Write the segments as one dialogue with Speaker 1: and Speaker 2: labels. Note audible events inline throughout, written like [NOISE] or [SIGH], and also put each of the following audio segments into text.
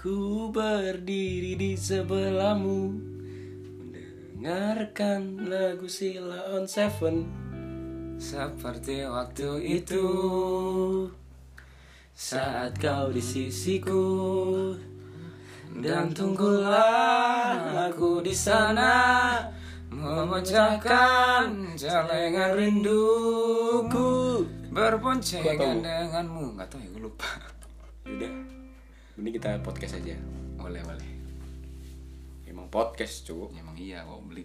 Speaker 1: Ku berdiri di sebelahmu Mendengarkan lagu Sila on Seven Seperti waktu itu Saat kau di sisiku Dan tunggulah aku di sana Memecahkan celengan rinduku
Speaker 2: Berponcengan
Speaker 1: Gua tahu.
Speaker 2: denganmu Gak tau ya gue lupa [LAUGHS]
Speaker 1: Udah Ini kita podcast aja
Speaker 2: Boleh boleh
Speaker 1: Emang podcast cu
Speaker 2: Emang iya gue beli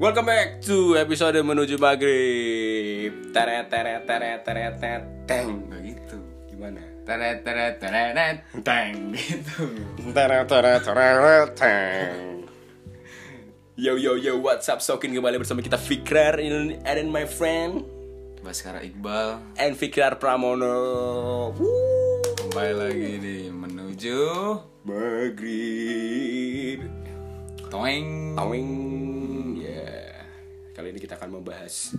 Speaker 1: Welcome back to episode menuju maghrib. Teret teret teret teret teret teng.
Speaker 2: Gak gitu
Speaker 1: Gimana?
Speaker 2: Teret teret teret Teng gitu
Speaker 1: Teret teret teret teng. Yo yo yo, what's up? Sokin kembali bersama kita Fikrar and and my friend
Speaker 2: Baskara Iqbal
Speaker 1: and Fikrar Pramono. Woo.
Speaker 2: Kembali lagi di menuju
Speaker 1: Maghrib.
Speaker 2: Toeng
Speaker 1: Awing. Ya. Kali ini kita akan membahas.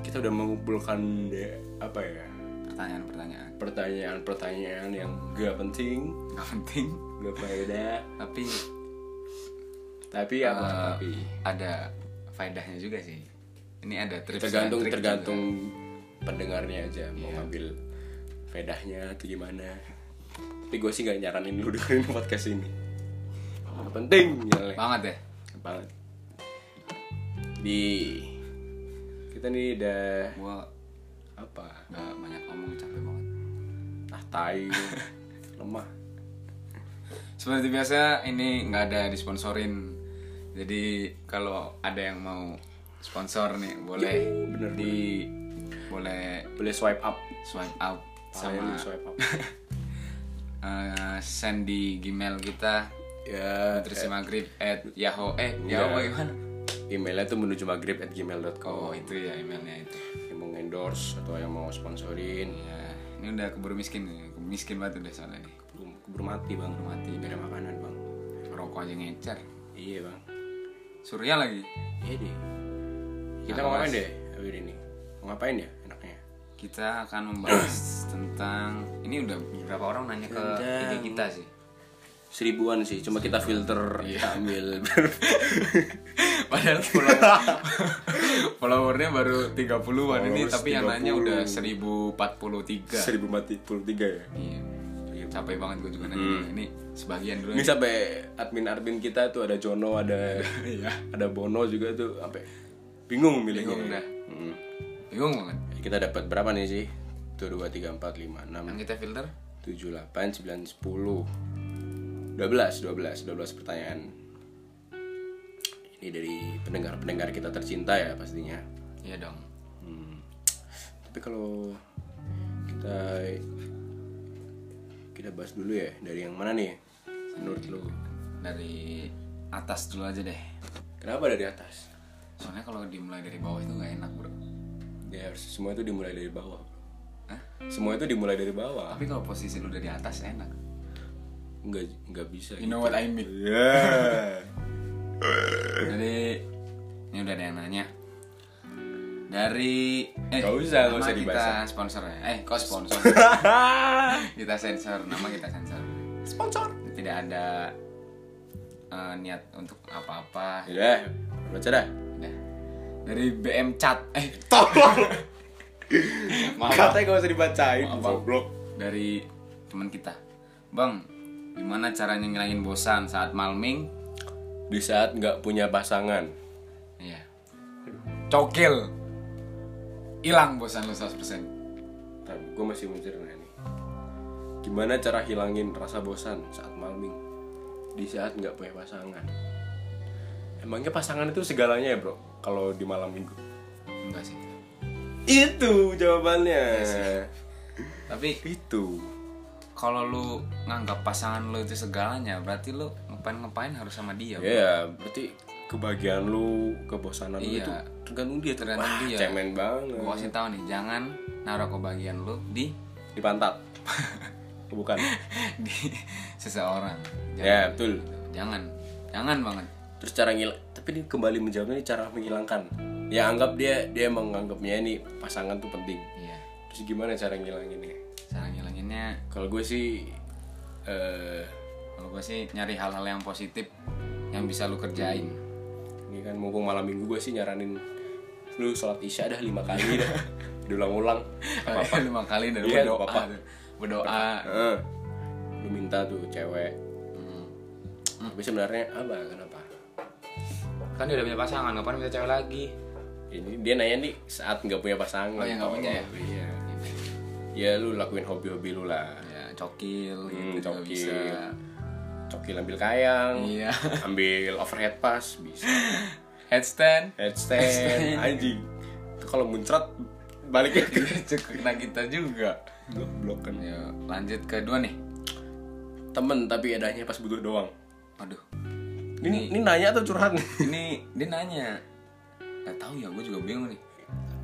Speaker 1: Kita udah mengumpulkan de- apa ya?
Speaker 2: Pertanyaan-pertanyaan
Speaker 1: Pertanyaan-pertanyaan yang gak penting.
Speaker 2: Gak penting
Speaker 1: Gak faedah
Speaker 2: Tapi
Speaker 1: Tapi apa
Speaker 2: eh,
Speaker 1: tapi
Speaker 2: ada faedahnya juga sih Ini ada tips
Speaker 1: Tergantung
Speaker 2: dan trik
Speaker 1: tergantung
Speaker 2: juga.
Speaker 1: pendengarnya aja Mau ngambil faedahnya atau gimana Tapi gue sih gak nyaranin lu [LAUGHS] dengerin podcast ini Gak penting nyelek
Speaker 2: Banget ya
Speaker 1: Banget Di Kita nih udah
Speaker 2: Gue
Speaker 1: Apa
Speaker 2: gak banyak ngomong capek banget
Speaker 1: Ah tai Lemah
Speaker 2: Seperti biasa ini nggak ada disponsorin. Jadi kalau ada yang mau sponsor nih boleh
Speaker 1: Yuh, bener,
Speaker 2: di boleh
Speaker 1: Boleh swipe up
Speaker 2: swipe up
Speaker 1: Sama
Speaker 2: sama
Speaker 1: swipe up [LAUGHS]
Speaker 2: eh, send di Gmail kita
Speaker 1: Ya
Speaker 2: nutrisi maghrib at yahoo eh
Speaker 1: Iya.
Speaker 2: yahoo bagaimana?
Speaker 1: Emailnya tuh menuju maghrib at gmail.com
Speaker 2: Oh itu ya emailnya itu.
Speaker 1: yang mau endorse atau yang mau sponsorin
Speaker 2: Ya, ini udah keburu miskin nih. miskin banget udah soalnya nih.
Speaker 1: belum keburu mati bang
Speaker 2: Keburu mati
Speaker 1: Gak
Speaker 2: biar
Speaker 1: ada makanan bang
Speaker 2: rokok aja ngecer.
Speaker 1: iya bang
Speaker 2: Surya lagi.
Speaker 1: iya deh kita
Speaker 2: Nah,
Speaker 1: mau ngapain
Speaker 2: Mas.
Speaker 1: deh hari ini mau ngapain ya enaknya
Speaker 2: Kita akan membahas tentang ini udah berapa orang nanya ke
Speaker 1: Tentang-
Speaker 2: IG kita sih.
Speaker 1: seribuan sih cuma kita filter kita [LAUGHS] ambil
Speaker 2: Padahal follower, [LAUGHS] followernya baru 30-an ini
Speaker 1: Followers
Speaker 2: tapi yang nanya
Speaker 1: 30.
Speaker 2: udah 1043.
Speaker 1: seribu mati puluh tiga ya
Speaker 2: Iya. Capek banget gue juga nanya. Ini sebagian dulu.
Speaker 1: ini sampai admin admin kita tuh ada Jono [LAUGHS] ada
Speaker 2: Iya.
Speaker 1: ada Bono juga tuh sampai bingung milihnya
Speaker 2: Bingung dah.
Speaker 1: Hmm.
Speaker 2: Bingung banget.
Speaker 1: kita dapat berapa nih sih tuh dua tiga empat lima enam
Speaker 2: Yang Kan kita filter
Speaker 1: 7, 8, 9, 10 12, 12, 12 pertanyaan Ini dari pendengar-pendengar kita tercinta ya pastinya
Speaker 2: Iya dong.
Speaker 1: Hmm. Tapi kalau kita kita bahas dulu ya dari yang mana nih menurut lo
Speaker 2: Dari atas dulu aja deh.
Speaker 1: kenapa dari atas
Speaker 2: Soalnya kalau dimulai dari bawah itu nggak enak, Bro.
Speaker 1: ya harus- semua itu dimulai dari bawah
Speaker 2: Hah?
Speaker 1: semua itu dimulai dari bawah
Speaker 2: Tapi kalau posisi lu dari atas enak.
Speaker 1: nggak nggak bisa gitu.
Speaker 2: You know
Speaker 1: [LAUGHS]
Speaker 2: what I mean.
Speaker 1: ya
Speaker 2: Jadi ini udah ada yang nanya dari eh
Speaker 1: Gak usah, gak
Speaker 2: nama
Speaker 1: usah
Speaker 2: kita
Speaker 1: dibahas.
Speaker 2: sponsor ya. Eh, kok sponsor? kita sensor, nama kita sensor.
Speaker 1: sponsor
Speaker 2: Tidak ada eh, niat untuk apa-apa.
Speaker 1: ya baca dah
Speaker 2: Udah. Dari BM Chat. Eh,
Speaker 1: tolong
Speaker 2: maaf.
Speaker 1: Katanya gak usah dibacain
Speaker 2: Maaf, Bang.
Speaker 1: Goblok
Speaker 2: Dari teman kita. Bang, gimana caranya ngilangin bosan saat malming?
Speaker 1: Di saat gak punya pasangan
Speaker 2: Iya. Cokil. Hilang bosan lu 100%.
Speaker 1: Tapi gue masih mencerna ini Gimana cara hilangin rasa bosan saat malming Di saat gak punya pasangan Emangnya pasangan itu segalanya ya bro Kalau di malam minggu
Speaker 2: Enggak sih.
Speaker 1: Itu
Speaker 2: Iya
Speaker 1: jawabannya Gitu.
Speaker 2: Tapi
Speaker 1: Itu
Speaker 2: kalau lu nganggap pasangan lu itu segalanya berarti lu ngapain ngapain harus sama dia
Speaker 1: Ya berarti kebahagiaan lu Kebosanan lu
Speaker 2: Iya.
Speaker 1: itu tergantung dia
Speaker 2: Tergantung
Speaker 1: Wah,
Speaker 2: dia.
Speaker 1: cemen banget
Speaker 2: gua kasih tahu nih jangan naruh kebahagiaan lu di
Speaker 1: Di
Speaker 2: [LAUGHS]
Speaker 1: pantat Bukan
Speaker 2: di [LAUGHS] seseorang jangan, gitu.
Speaker 1: Ya betul
Speaker 2: jangan jangan banget
Speaker 1: terus cara ngilang tapi ini kembali menjawabnya ini cara menghilangkan ya anggap dia dia menganggapnya ini pasangan tuh penting
Speaker 2: iya
Speaker 1: terus gimana cara ngilanginnya
Speaker 2: cara ngilanginnya
Speaker 1: kalau gue sih
Speaker 2: eh kalau gue sih nyari hal-hal yang positif yang bisa lu kerjain
Speaker 1: Ini kan mumpung malam minggu gue sih nyaranin lu sholat isya dah lima
Speaker 2: [LAUGHS]
Speaker 1: kali dah. Diulang-ulang. Gak apa-apa.
Speaker 2: lima kali dari
Speaker 1: Iya,
Speaker 2: berdoa
Speaker 1: apa-apa.
Speaker 2: tuh. berdoa
Speaker 1: Heeh. Lu minta tuh cewek.
Speaker 2: Hmm.
Speaker 1: Tapi sebenarnya apa kenapa?
Speaker 3: Kan dia udah punya pasangan, ngapain minta cewek lagi?
Speaker 1: Ini dia nanya nih saat nggak punya pasangan.
Speaker 2: Oh, yang nggak punya ya?
Speaker 1: Iya. Ya lu lakuin hobi-hobi lu lah.
Speaker 2: ya cokil
Speaker 1: Hmm,
Speaker 2: gitu juga
Speaker 1: cokil.
Speaker 2: bisa
Speaker 1: Cokil ambil kayang,
Speaker 2: iya [LAUGHS]
Speaker 1: ambil overhead pass bisa.
Speaker 2: headstand [LAUGHS]
Speaker 1: Headstand anjing. Itu kalau muncrat baliknya ke
Speaker 2: cukup nah kita juga
Speaker 1: goblok kan.
Speaker 2: ya lanjut ke dua nih
Speaker 1: Temen tapi adanya pas butuh doang.
Speaker 2: aduh
Speaker 1: Ini ini nanya atau curhat nih?
Speaker 2: ini dia nanya nggak tahu ya gue juga bingung nih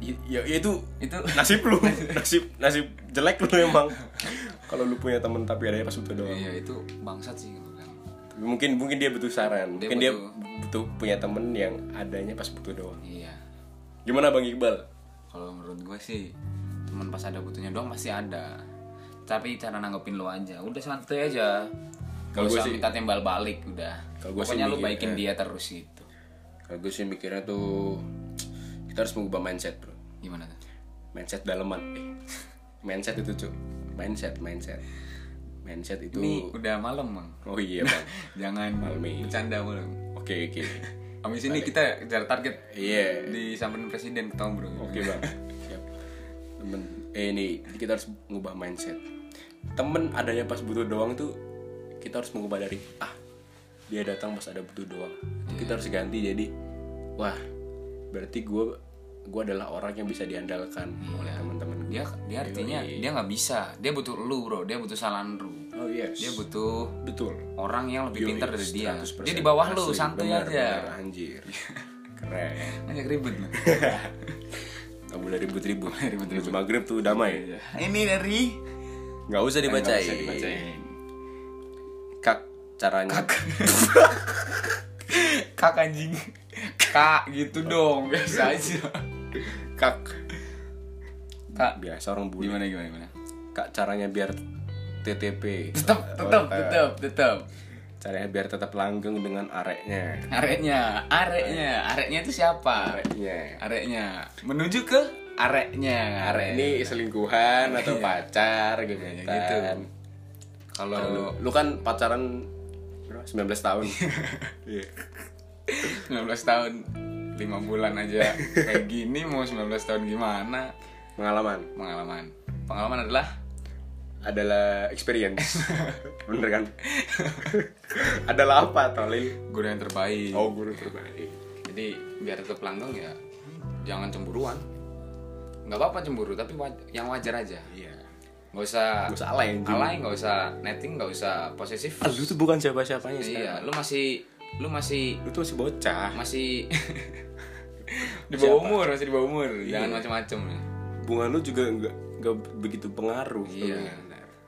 Speaker 1: Ya, ya itu
Speaker 2: itu
Speaker 1: nasib [LAUGHS] lu nasib nasib jelek lu emang kalau lu punya temen tapi adanya pas butuh doang
Speaker 2: iya itu bangsat sih gua bilang.
Speaker 1: Tapi mungkin mungkin dia butuh saran
Speaker 2: Dia
Speaker 1: mungkin dia
Speaker 2: butuh-
Speaker 1: butuh punya temen yang adanya pas butuh doang
Speaker 2: iya
Speaker 1: gimana bang iqbal
Speaker 2: kalau menurut gue sih teman pas ada butuhnya doang pasti ada tapi cara nanggepin lo aja udah santai aja
Speaker 1: Kalau
Speaker 2: kalau
Speaker 1: gua
Speaker 2: gue
Speaker 1: sih-
Speaker 2: sih minta timbal balik udah
Speaker 1: Kalau gua sih
Speaker 2: pokoknya lo
Speaker 1: mikir,
Speaker 2: baikin
Speaker 1: eh.
Speaker 2: dia terus gitu
Speaker 1: kalau gue sih mikirnya tuh kita harus mengubah mindset bro
Speaker 2: gimana tuh
Speaker 1: mindset daleman
Speaker 2: Hmm.
Speaker 1: eh mindset itu cuy mindset mindset mindset itu
Speaker 2: ini udah malam mang
Speaker 1: oh iya
Speaker 2: [LAUGHS]
Speaker 1: bang
Speaker 2: jangan
Speaker 1: Malmi.
Speaker 2: bercanda belum
Speaker 1: oke oke
Speaker 2: Abis ini kita kejar target
Speaker 1: iya
Speaker 2: disamperin presiden ketemu bro
Speaker 1: Oke bang, siap. Temen, eh ini kita harus mengubah mindset. Temen adanya pas butuh doang tuh kita harus mengubah dari ah dia datang pas ada butuh doang.
Speaker 2: Iya.
Speaker 1: Kita harus ganti jadi wah berarti gue gue adalah orang yang bisa diandalkan oleh teman-teman gue.
Speaker 2: Iya. dia dia artinya dia nggak bisa dia butuh lu bro dia butuh saran lu
Speaker 1: Oh yes.
Speaker 2: dia butuh
Speaker 1: betul.
Speaker 2: orang yang lebih
Speaker 1: Yoi,
Speaker 2: pintar dari dia
Speaker 1: 100%
Speaker 2: dia di bawah lu
Speaker 1: asli,
Speaker 2: santai
Speaker 1: benar,
Speaker 2: aja
Speaker 1: benar, anjir. [LAUGHS] Keren.
Speaker 2: banyak ribet lu
Speaker 1: Gak boleh ribut-ribut. Ribut-ribut. Maghrib tuh damai.
Speaker 2: ini dari
Speaker 1: Eh, Gak usah dibacain.
Speaker 2: Iya. Nggak bisa dibacain.
Speaker 1: Kak caranya.
Speaker 2: kak anjing kak gitu dong biasa aja
Speaker 1: Kak.
Speaker 2: kak
Speaker 1: Biasa orang bule.
Speaker 2: gimana gimana gimana
Speaker 1: Kak caranya biar TTP.
Speaker 2: tetap tetap tetap tetap
Speaker 1: Caranya biar tetap langgeng dengan areknya.
Speaker 2: areknya areknya areknya itu siapa
Speaker 1: Areknya.
Speaker 2: areknya menuju ke areknya
Speaker 1: Arek
Speaker 2: arek
Speaker 1: ini selingkuhan atau pacar gitu.
Speaker 2: ya gitu.
Speaker 1: kan. Lu,
Speaker 2: kalau
Speaker 1: lu kan pacaran berapa? 19 tahun. Iya.
Speaker 2: 19 tahun 5 bulan aja kayak gini mau 19 tahun gimana
Speaker 1: Pengalaman
Speaker 2: pengalaman pengalaman adalah
Speaker 1: adalah [LAUGHS] experience. Bener kan? adalah apa, Tolil?
Speaker 2: guru yang terbaik
Speaker 1: Oh, guru terbaik.
Speaker 2: jadi biar tetap langgeng ya jangan cemburuan nggak apa-apa cemburu tapi wa- yang wajar aja
Speaker 1: Iya.
Speaker 2: nggak usah
Speaker 1: Gak usah alay ya, anjing.
Speaker 2: alay nggak usah netting nggak usah posesif
Speaker 1: Ah, Lu tuh bukan siapa-siapanya sih.
Speaker 2: iya lu masih lu masih
Speaker 1: Lu tuh masih bocah.
Speaker 2: masih di bawah umur masih di bawah umur jangan macam-macam ya
Speaker 1: Hubungan lu juga nggak nggak begitu pengaruh.
Speaker 2: Iya.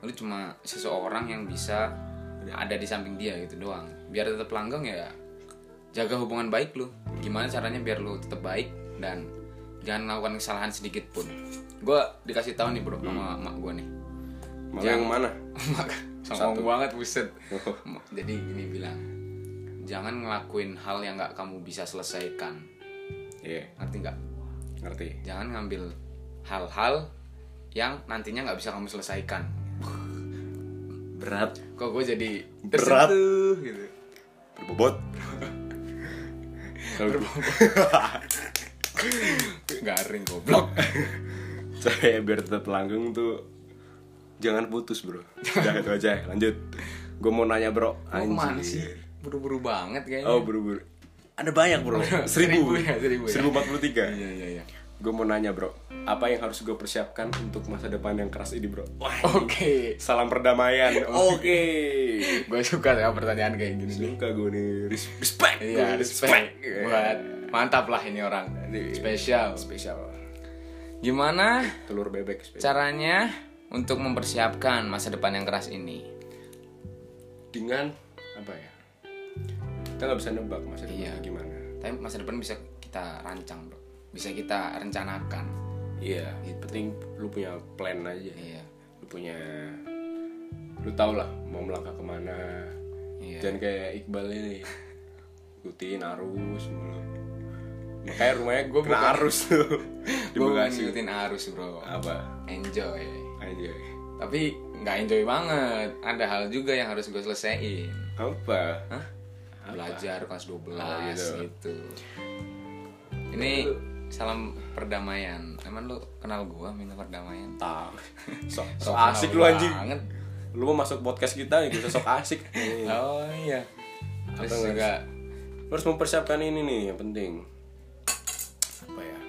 Speaker 2: Lu cuma seseorang yang bisa ada di samping dia gitu doang. Biar tetap langgeng ya. Jaga hubungan baik lu. Gimana caranya biar lu tetap baik dan jangan melakukan kesalahan sedikit pun. Gua dikasih tahu nih bro sama mak gua nih. [LAUGHS]
Speaker 1: Malah yang mana?
Speaker 2: Mak, Sombong banget buset. Jadi gini bilang, jangan ngelakuin hal yang nggak kamu bisa selesaikan.
Speaker 1: Iya,
Speaker 2: Ngerti nggak?
Speaker 1: ngerti.
Speaker 2: Jangan ngambil hal-hal yang nantinya nggak bisa kamu selesaikan.
Speaker 1: Berat,
Speaker 2: kok gue jadi
Speaker 1: Berat.
Speaker 2: tersentuh gitu
Speaker 1: berbobot. Kalau gue-
Speaker 2: garing goblok
Speaker 1: saya biar tetap langgeng tuh jangan putus bro. Udah itu aja. Lanjut. Gue mau nanya bro.
Speaker 2: Lu kemana
Speaker 1: Anjir.
Speaker 2: sih buru-buru banget kayaknya
Speaker 1: Oh bro bro. Ada banyak
Speaker 2: [LAUGHS]
Speaker 1: bro. Seribu.
Speaker 2: Seribu ya, seribu ya.
Speaker 1: Seribu empat puluh tiga.
Speaker 2: iya iya iya
Speaker 1: Gue mau nanya bro. Apa yang harus gue persiapkan untuk masa depan yang keras ini bro? Wah.
Speaker 2: oke
Speaker 1: Salam
Speaker 2: [LAUGHS]
Speaker 1: perdamaian. Oke.
Speaker 2: gue suka ya pertanyaan kayak gini nih.
Speaker 1: Suka gue nih. Res- Respect.
Speaker 2: iya
Speaker 1: gua,
Speaker 2: respect Iya. buat mantap lah ini orang spesial
Speaker 1: Spesial.
Speaker 2: gimana
Speaker 1: Telur bebek spesial.
Speaker 2: caranya untuk mempersiapkan masa depan yang keras ini
Speaker 1: dengan apa ya kita nggak bisa nebak masa depannya
Speaker 2: Iya.
Speaker 1: gimana
Speaker 2: tapi masa depan bisa kita rancang bro bisa kita rencanakan
Speaker 1: iya penting lu punya plan aja
Speaker 2: iya
Speaker 1: lu punya lu tau lah mau mau melangkah kemana
Speaker 2: Iya.
Speaker 1: jangan kayak Iqbal ini ikutin arus mulu makanya rumahnya gue kena arus [LAUGHS] tuh di
Speaker 2: Gue
Speaker 1: Bekasi
Speaker 2: ngikutin arus bro
Speaker 1: apa
Speaker 2: Enjoy
Speaker 1: anjay
Speaker 2: Tapi nggak enjoy banget Ada hal juga yang harus gue selesaiin
Speaker 1: apa
Speaker 2: Hah? Belajar kelas 12
Speaker 1: Oh, gitu.
Speaker 2: gitu. Ini salam perdamaian Emang lu kenal gue minta perdamaian?
Speaker 1: tahu [LAUGHS] sok,
Speaker 2: So
Speaker 1: sok asik lu anjing
Speaker 2: Banget.
Speaker 1: lu mau masuk podcast kita gitu sok [LAUGHS] asik Nih,
Speaker 2: Oh iya Terus juga
Speaker 1: lu harus mempersiapkan ini nih yang penting apa ya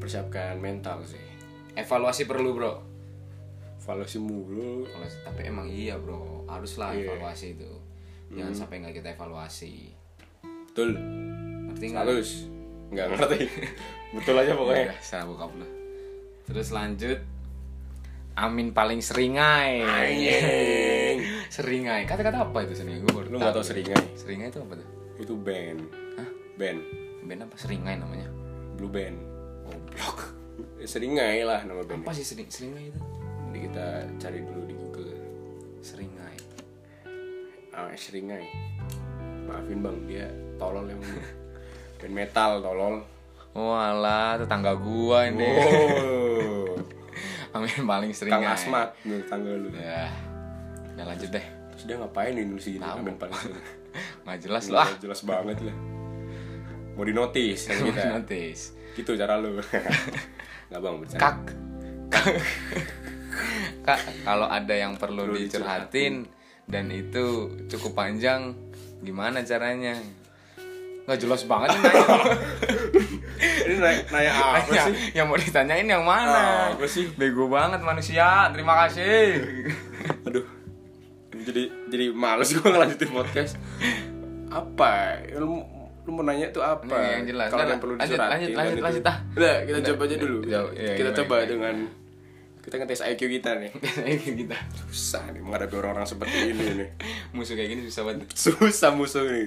Speaker 1: persiapkan mental sih
Speaker 2: evaluasi perlu bro
Speaker 1: valuasi mulu
Speaker 2: Evaluasi. Tapi emang iya bro Haruslah
Speaker 1: Iya. Hmm.
Speaker 2: evaluasi itu Jangan sampai nggak kita evaluasi
Speaker 1: betul
Speaker 2: Ngerti nggak?
Speaker 1: halus nggak [LAUGHS] ngerti betul aja pokoknya
Speaker 2: Udah, salah bokap lu. Terus lanjut Amin paling seringai.
Speaker 1: Iya. Anjing.
Speaker 2: [LAUGHS] seringai. Kata-kata apa itu seringai? Gue baru ya.
Speaker 1: Lu nggak tahu seringai?
Speaker 2: Seringai itu apa tuh?
Speaker 1: itu band band
Speaker 2: Band apa seringai namanya?
Speaker 1: blue band Eh,
Speaker 2: Goblok.
Speaker 1: seringai lah nama bandnya
Speaker 2: Apa sih sering seringai itu?
Speaker 1: Jadi kita cari dulu di google
Speaker 2: Seringai.
Speaker 1: ah, seringai maafin bang dia tolol yang
Speaker 2: [LAUGHS]
Speaker 1: band metal tolol
Speaker 2: Walah, tetangga gua
Speaker 1: [LAUGHS]
Speaker 2: ini.
Speaker 1: oh
Speaker 2: Amin paling
Speaker 1: kang
Speaker 2: seringai.
Speaker 1: asmat nih tanggal lu
Speaker 2: Ya. Udah lanjut deh.
Speaker 1: terus dia ngapain nih nulis gini band paling seru
Speaker 2: Nggak jelas
Speaker 1: Iya,
Speaker 2: lu ah.
Speaker 1: jelas banget lah mau di notis
Speaker 2: [LAUGHS]
Speaker 1: sama kita
Speaker 2: Notis.
Speaker 1: gitu cara
Speaker 2: [LAUGHS]
Speaker 1: lu nggak bang bercanda
Speaker 2: Kak. Kak. [LAUGHS] Kak, kalau ada yang perlu dicurhatin dan itu cukup panjang, gimana caranya? Nggak jelas banget ini nanya.
Speaker 1: ini nanya, nanya Ah, apa
Speaker 2: Nanya,
Speaker 1: sih Ah,
Speaker 2: yang mau ditanyain yang mana?
Speaker 1: Apa sih?
Speaker 2: Bego banget manusia. Terima kasih. [LAUGHS]
Speaker 1: aduh jadi jadi males gue ngelanjutin podcast apa Ya, lu, lu mau nanya tuh apa
Speaker 2: Nih, yang jelas.
Speaker 1: kalau
Speaker 2: Udah,
Speaker 1: yang perlu
Speaker 2: lanjut,
Speaker 1: disuratin
Speaker 2: lanjut, lanjut,
Speaker 1: kan
Speaker 2: lanjut,
Speaker 1: itu.
Speaker 2: ah.
Speaker 1: udah kita coba aja dulu
Speaker 2: jauh, iya,
Speaker 1: kita
Speaker 2: iya,
Speaker 1: coba
Speaker 2: baik, baik.
Speaker 1: dengan kita ngetes IQ kita nih
Speaker 2: Biasanya kayak kita
Speaker 1: susah nih menghadapi orang-orang seperti ini nih
Speaker 2: musuh kayak gini susah banget.
Speaker 1: susah musuh nih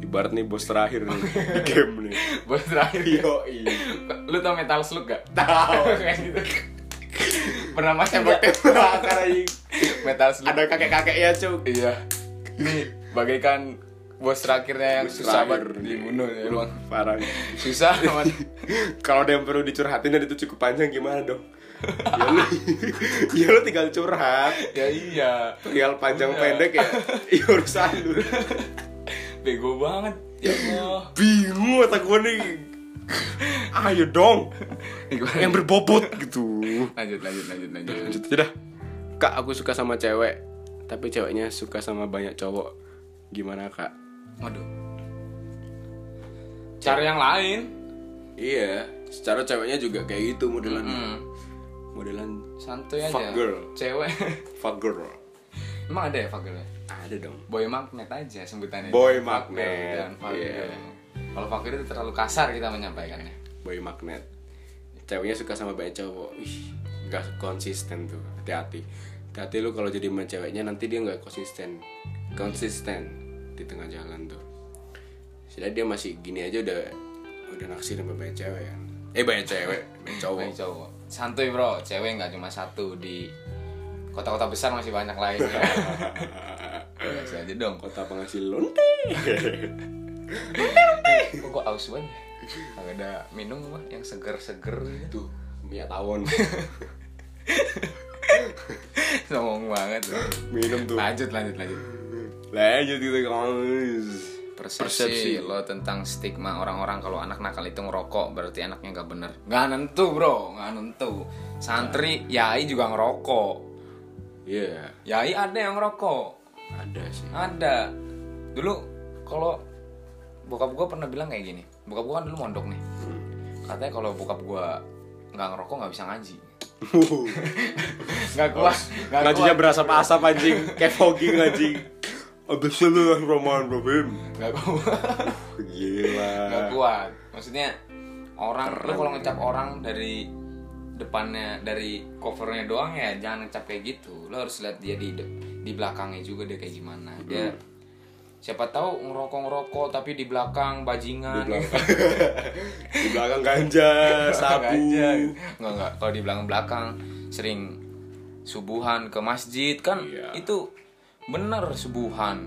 Speaker 1: ibarat nih bos terakhir nih
Speaker 2: [LAUGHS]
Speaker 1: di game nih iya.
Speaker 2: Buat terakhir.
Speaker 1: yoi
Speaker 2: Lu tau metal slug gak?
Speaker 1: Tahu.
Speaker 2: [LAUGHS] Kayak gitu. Pernah masih
Speaker 1: Bakar anjing.
Speaker 2: metal slug.
Speaker 1: kan? ada kan? kakek-kakeknya cuk
Speaker 2: Iya. Ini bagaikan bos terakhirnya yang
Speaker 1: Bos
Speaker 2: susah
Speaker 1: terakhir
Speaker 2: banget
Speaker 1: nih.
Speaker 2: dibunuh ya, Bang.
Speaker 1: parah nih. [LAUGHS]
Speaker 2: Susah banget.
Speaker 1: kalau ada yang perlu dicurhatin dan itu cukup panjang gimana dong ya lu, [LAUGHS] ya lu tinggal curhat
Speaker 2: ya iya.
Speaker 1: tinggal panjang pendek [LAUGHS] ya ya urusan lu
Speaker 2: Bego banget. Ya Allah.
Speaker 1: bingung otak gue nih ayo dong
Speaker 2: Nih, gua-
Speaker 1: yang berbobot gitu
Speaker 2: lanjut lanjut lanjut lanjut.
Speaker 1: lanjut aja dah kak aku suka sama cewek tapi ceweknya suka sama banyak cowok gimana kak
Speaker 2: Waduh. Cari yang lain.
Speaker 1: iya secara ceweknya juga kayak gitu modelan
Speaker 2: Hmm.
Speaker 1: modelan
Speaker 2: Santuy aja.
Speaker 1: Fuck girl.
Speaker 2: Cewek. [LAUGHS]
Speaker 1: fuck girl
Speaker 2: Emang ada ya fuck girl?
Speaker 1: ada dong
Speaker 2: Boy magnet aja sebutannya.
Speaker 1: Boy
Speaker 2: Fuck girl
Speaker 1: magnet,
Speaker 2: dan fuck
Speaker 1: iya.
Speaker 2: girl. Kalau fuck girl itu terlalu kasar kita menyampaikannya.
Speaker 1: boy magnet ceweknya suka sama banyak cowok ih nggak konsisten tuh hati-hati hati-hati lu kalau jadi sama ceweknya nanti dia nggak konsisten konsisten di tengah jalan tuh sudah dia masih gini aja udah udah naksir sama banyak cewek kan eh banyak cewek banyak cowok
Speaker 2: Banyak cowok. Santuy bro, cewek nggak cuma satu di kota-kota besar masih banyak lain.
Speaker 1: [LAUGHS]
Speaker 2: Biasa aja dong.
Speaker 1: kota penghasil lonte
Speaker 2: Kok kok aus banget? ya? Kagak ada minum apa yang seger-seger gitu. [LAUGHS]
Speaker 1: tuh minyak tawon
Speaker 2: Songong banget. bro.
Speaker 1: minum tuh
Speaker 2: Lanjut lanjut lanjut.
Speaker 1: [LAUGHS] lanjut gitu guys
Speaker 2: Persepsi, lo tentang stigma orang-orang kalau anak nakal itu ngerokok berarti anaknya nggak bener. Nggak nentu bro, nggak nentu. Santri yai juga ngerokok.
Speaker 1: iya
Speaker 2: Yai ada yang ngerokok.
Speaker 1: ada sih
Speaker 2: Ada. Dulu kalau bokap gue pernah bilang kayak gini. Bokap gue kan dulu mondok nih. Katanya kalau bokap gue nggak ngerokok nggak bisa ngaji.
Speaker 1: [LAUGHS]
Speaker 2: Nggak kuat. nggak
Speaker 1: ngajinya
Speaker 2: kuat.
Speaker 1: berasap asap anjing kayak fogging anjing Bismillahirrahmanirrahim
Speaker 2: Nggak kuat. Nggak
Speaker 1: Gila
Speaker 2: kuat. Maksudnya orang lu kalau ngecap orang dari depannya dari covernya doang ya jangan ngecap kayak gitu. Lo harus lihat dia di de- di belakangnya juga dia kayak gimana. Dia
Speaker 1: Hmm.
Speaker 2: siapa tahu ngerokok ngerokok tapi di belakang bajingan. [LAUGHS]
Speaker 1: Di belakang ganja, sabu
Speaker 2: aja nggak nggak kalau di belakang belakang sering subuhan ke masjid kan
Speaker 1: Iya. Hmm.
Speaker 2: itu bener sebuhan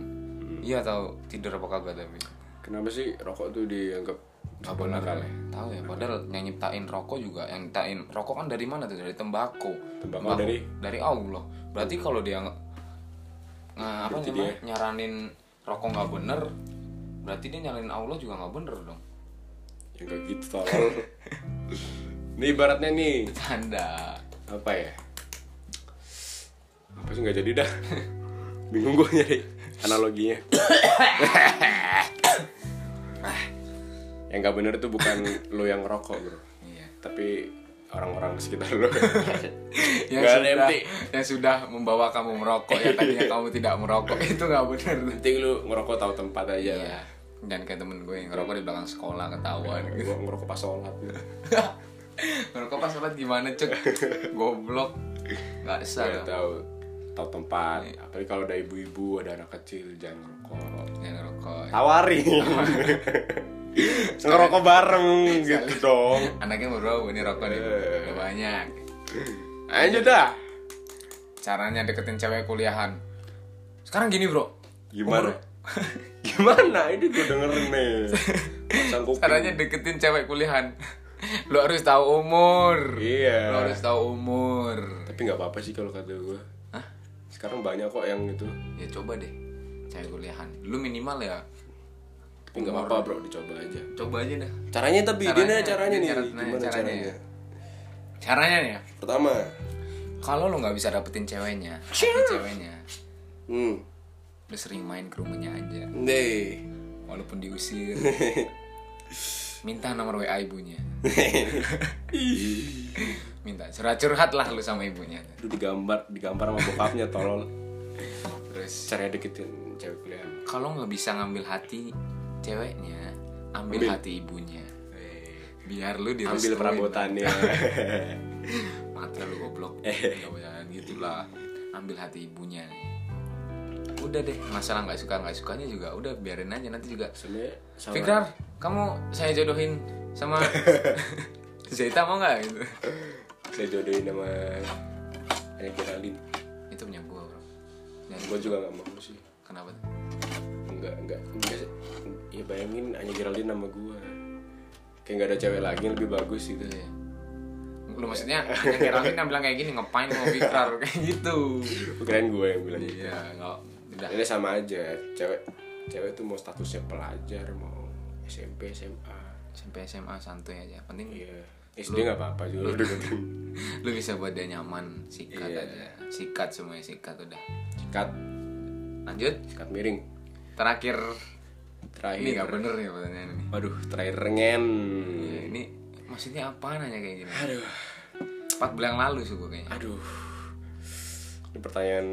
Speaker 2: iya tahu tidur apa kagak tapi
Speaker 1: Kenapa sih rokok tuh dianggap
Speaker 2: Gak bener
Speaker 1: nakal ya?
Speaker 2: Tahu ya, padahal yang nyiptain rokok juga yang nyiptain rokok kan dari mana tuh? Dari tembakau.
Speaker 1: Tembakau dari-
Speaker 2: Allah. Berarti kalau dia nge- nge- apa
Speaker 1: Berarti
Speaker 2: namanya?
Speaker 1: dia-
Speaker 2: nyaranin rokok nggak bener, berarti dia nyaranin Allah juga nggak bener dong.
Speaker 1: Ya nggak gitu tolol. Nih ibaratnya nih
Speaker 2: Tanda.
Speaker 1: apa ya? Apa sih nggak jadi dah? Bingung gue nyari analoginya. yang nggak bener tuh bukan lo yang ngerokok bro,
Speaker 2: Iya.
Speaker 1: tapi orang-orang di sekitar [LAUGHS] lo.
Speaker 2: Yang
Speaker 1: Nggak
Speaker 2: sudah
Speaker 1: empty. Iya.
Speaker 2: yang sudah membawa kamu merokok ya tadinya kamu tidak merokok [LAUGHS] itu nggak bener.
Speaker 1: Penting lo ngerokok tahu tempat aja.
Speaker 2: Iya. Dan kayak temen gue yang ngerokok di belakang sekolah ketahuan.
Speaker 1: Gue ngerokok pas sholat. gitu.
Speaker 2: ngerokok pas sholat gimana
Speaker 1: [LAUGHS]
Speaker 2: cek? Goblok. Gak sah.
Speaker 1: Nggak
Speaker 2: dong.
Speaker 1: tahu tahu tempat. Apalagi kalau ada ibu-ibu, ada anak kecil jangan ngerokok.
Speaker 2: Jangan ngerokok.
Speaker 1: tawarin [LAUGHS] ngerokok bareng gitu dong
Speaker 2: Anaknya baru ini rokok nih,
Speaker 1: Eh.
Speaker 2: udah banyak.
Speaker 1: lanjut dah
Speaker 2: Caranya deketin cewek kuliahan. Sekarang gini bro,
Speaker 1: gimana [LAUGHS] gimana ini gue dengerin nih pasang kuping
Speaker 2: caranya deketin cewek kuliahan. [LAUGHS] Lu harus tahu umur. Lu
Speaker 1: iya
Speaker 2: harus tahu umur.
Speaker 1: tapi nggak apa-apa sih kalau kata gue sekarang banyak kok yang itu
Speaker 2: Ya coba deh, cewek kuliahan. Lu minimal ya,
Speaker 1: tapi nggak apa-apa bro dicoba aja
Speaker 2: coba aja dah.
Speaker 1: caranya tapi
Speaker 2: Caranya,
Speaker 1: gimana caranya
Speaker 2: ini
Speaker 1: nih
Speaker 2: cara-
Speaker 1: gimana
Speaker 2: caranya. ya.
Speaker 1: caranya
Speaker 2: Caranya nih ya,
Speaker 1: pertama
Speaker 2: kalau lu nggak bisa dapetin ceweknya, hati ceweknya,
Speaker 1: hmm
Speaker 2: lu sering main ke rumahnya aja,
Speaker 1: deh
Speaker 2: walaupun diusir. Minta nomor WA ibunya. Minta curhat-curhat lah lu sama ibunya.
Speaker 1: itu digambar digambar sama bokapnya tolol
Speaker 2: Terus
Speaker 1: caranya deketin cewek kuliah
Speaker 2: kalau nggak bisa ngambil hati ceweknya ambil, hati ibunya biar lu
Speaker 1: Eh, ambil
Speaker 2: direstuin
Speaker 1: perabotannya
Speaker 2: [LAUGHS] mati lu goblok Nggak jangan gitulah ambil hati ibunya udah deh masalah nggak suka nggak sukanya juga udah biarin aja nanti juga
Speaker 1: sebenarnya sama
Speaker 2: Fikrar kamu saya jodohin sama [LAUGHS] Zaita mau nggak gitu
Speaker 1: saya jodohin sama Anya Geraldine
Speaker 2: itu punya gua bro Ya,
Speaker 1: gue juga gak mau sih
Speaker 2: kenapa tuh?
Speaker 1: enggak enggak enggak sih. ya bayangin Anya Geraldine sama gue kayak nggak ada cewek lagi yang lebih bagus gitu
Speaker 2: Iya. lu maksudnya kira-kira yang bilang kayak gini ngapain mau Fikrar [LAUGHS] kayak gitu
Speaker 1: keren gue yang bilang gitu
Speaker 2: iya nggak udah
Speaker 1: ini sama aja cewek cewek tuh mau statusnya pelajar mau SMP SMA
Speaker 2: sampai SMA santuy aja penting
Speaker 1: iya SD nggak apa-apa juga udah gitu
Speaker 2: lu bisa buat dia nyaman sikat
Speaker 1: Iya.
Speaker 2: aja sikat semuanya sikat udah
Speaker 1: sikat
Speaker 2: lanjut
Speaker 1: sikat miring
Speaker 2: terakhir
Speaker 1: terakhir
Speaker 2: ini nggak bener nih pertanyaan ini
Speaker 1: waduh terakhir rengen
Speaker 2: Ya, ini maksudnya apa nanya kayak gini aduh empat bulan lalu sih gua kayaknya
Speaker 1: aduh ini pertanyaan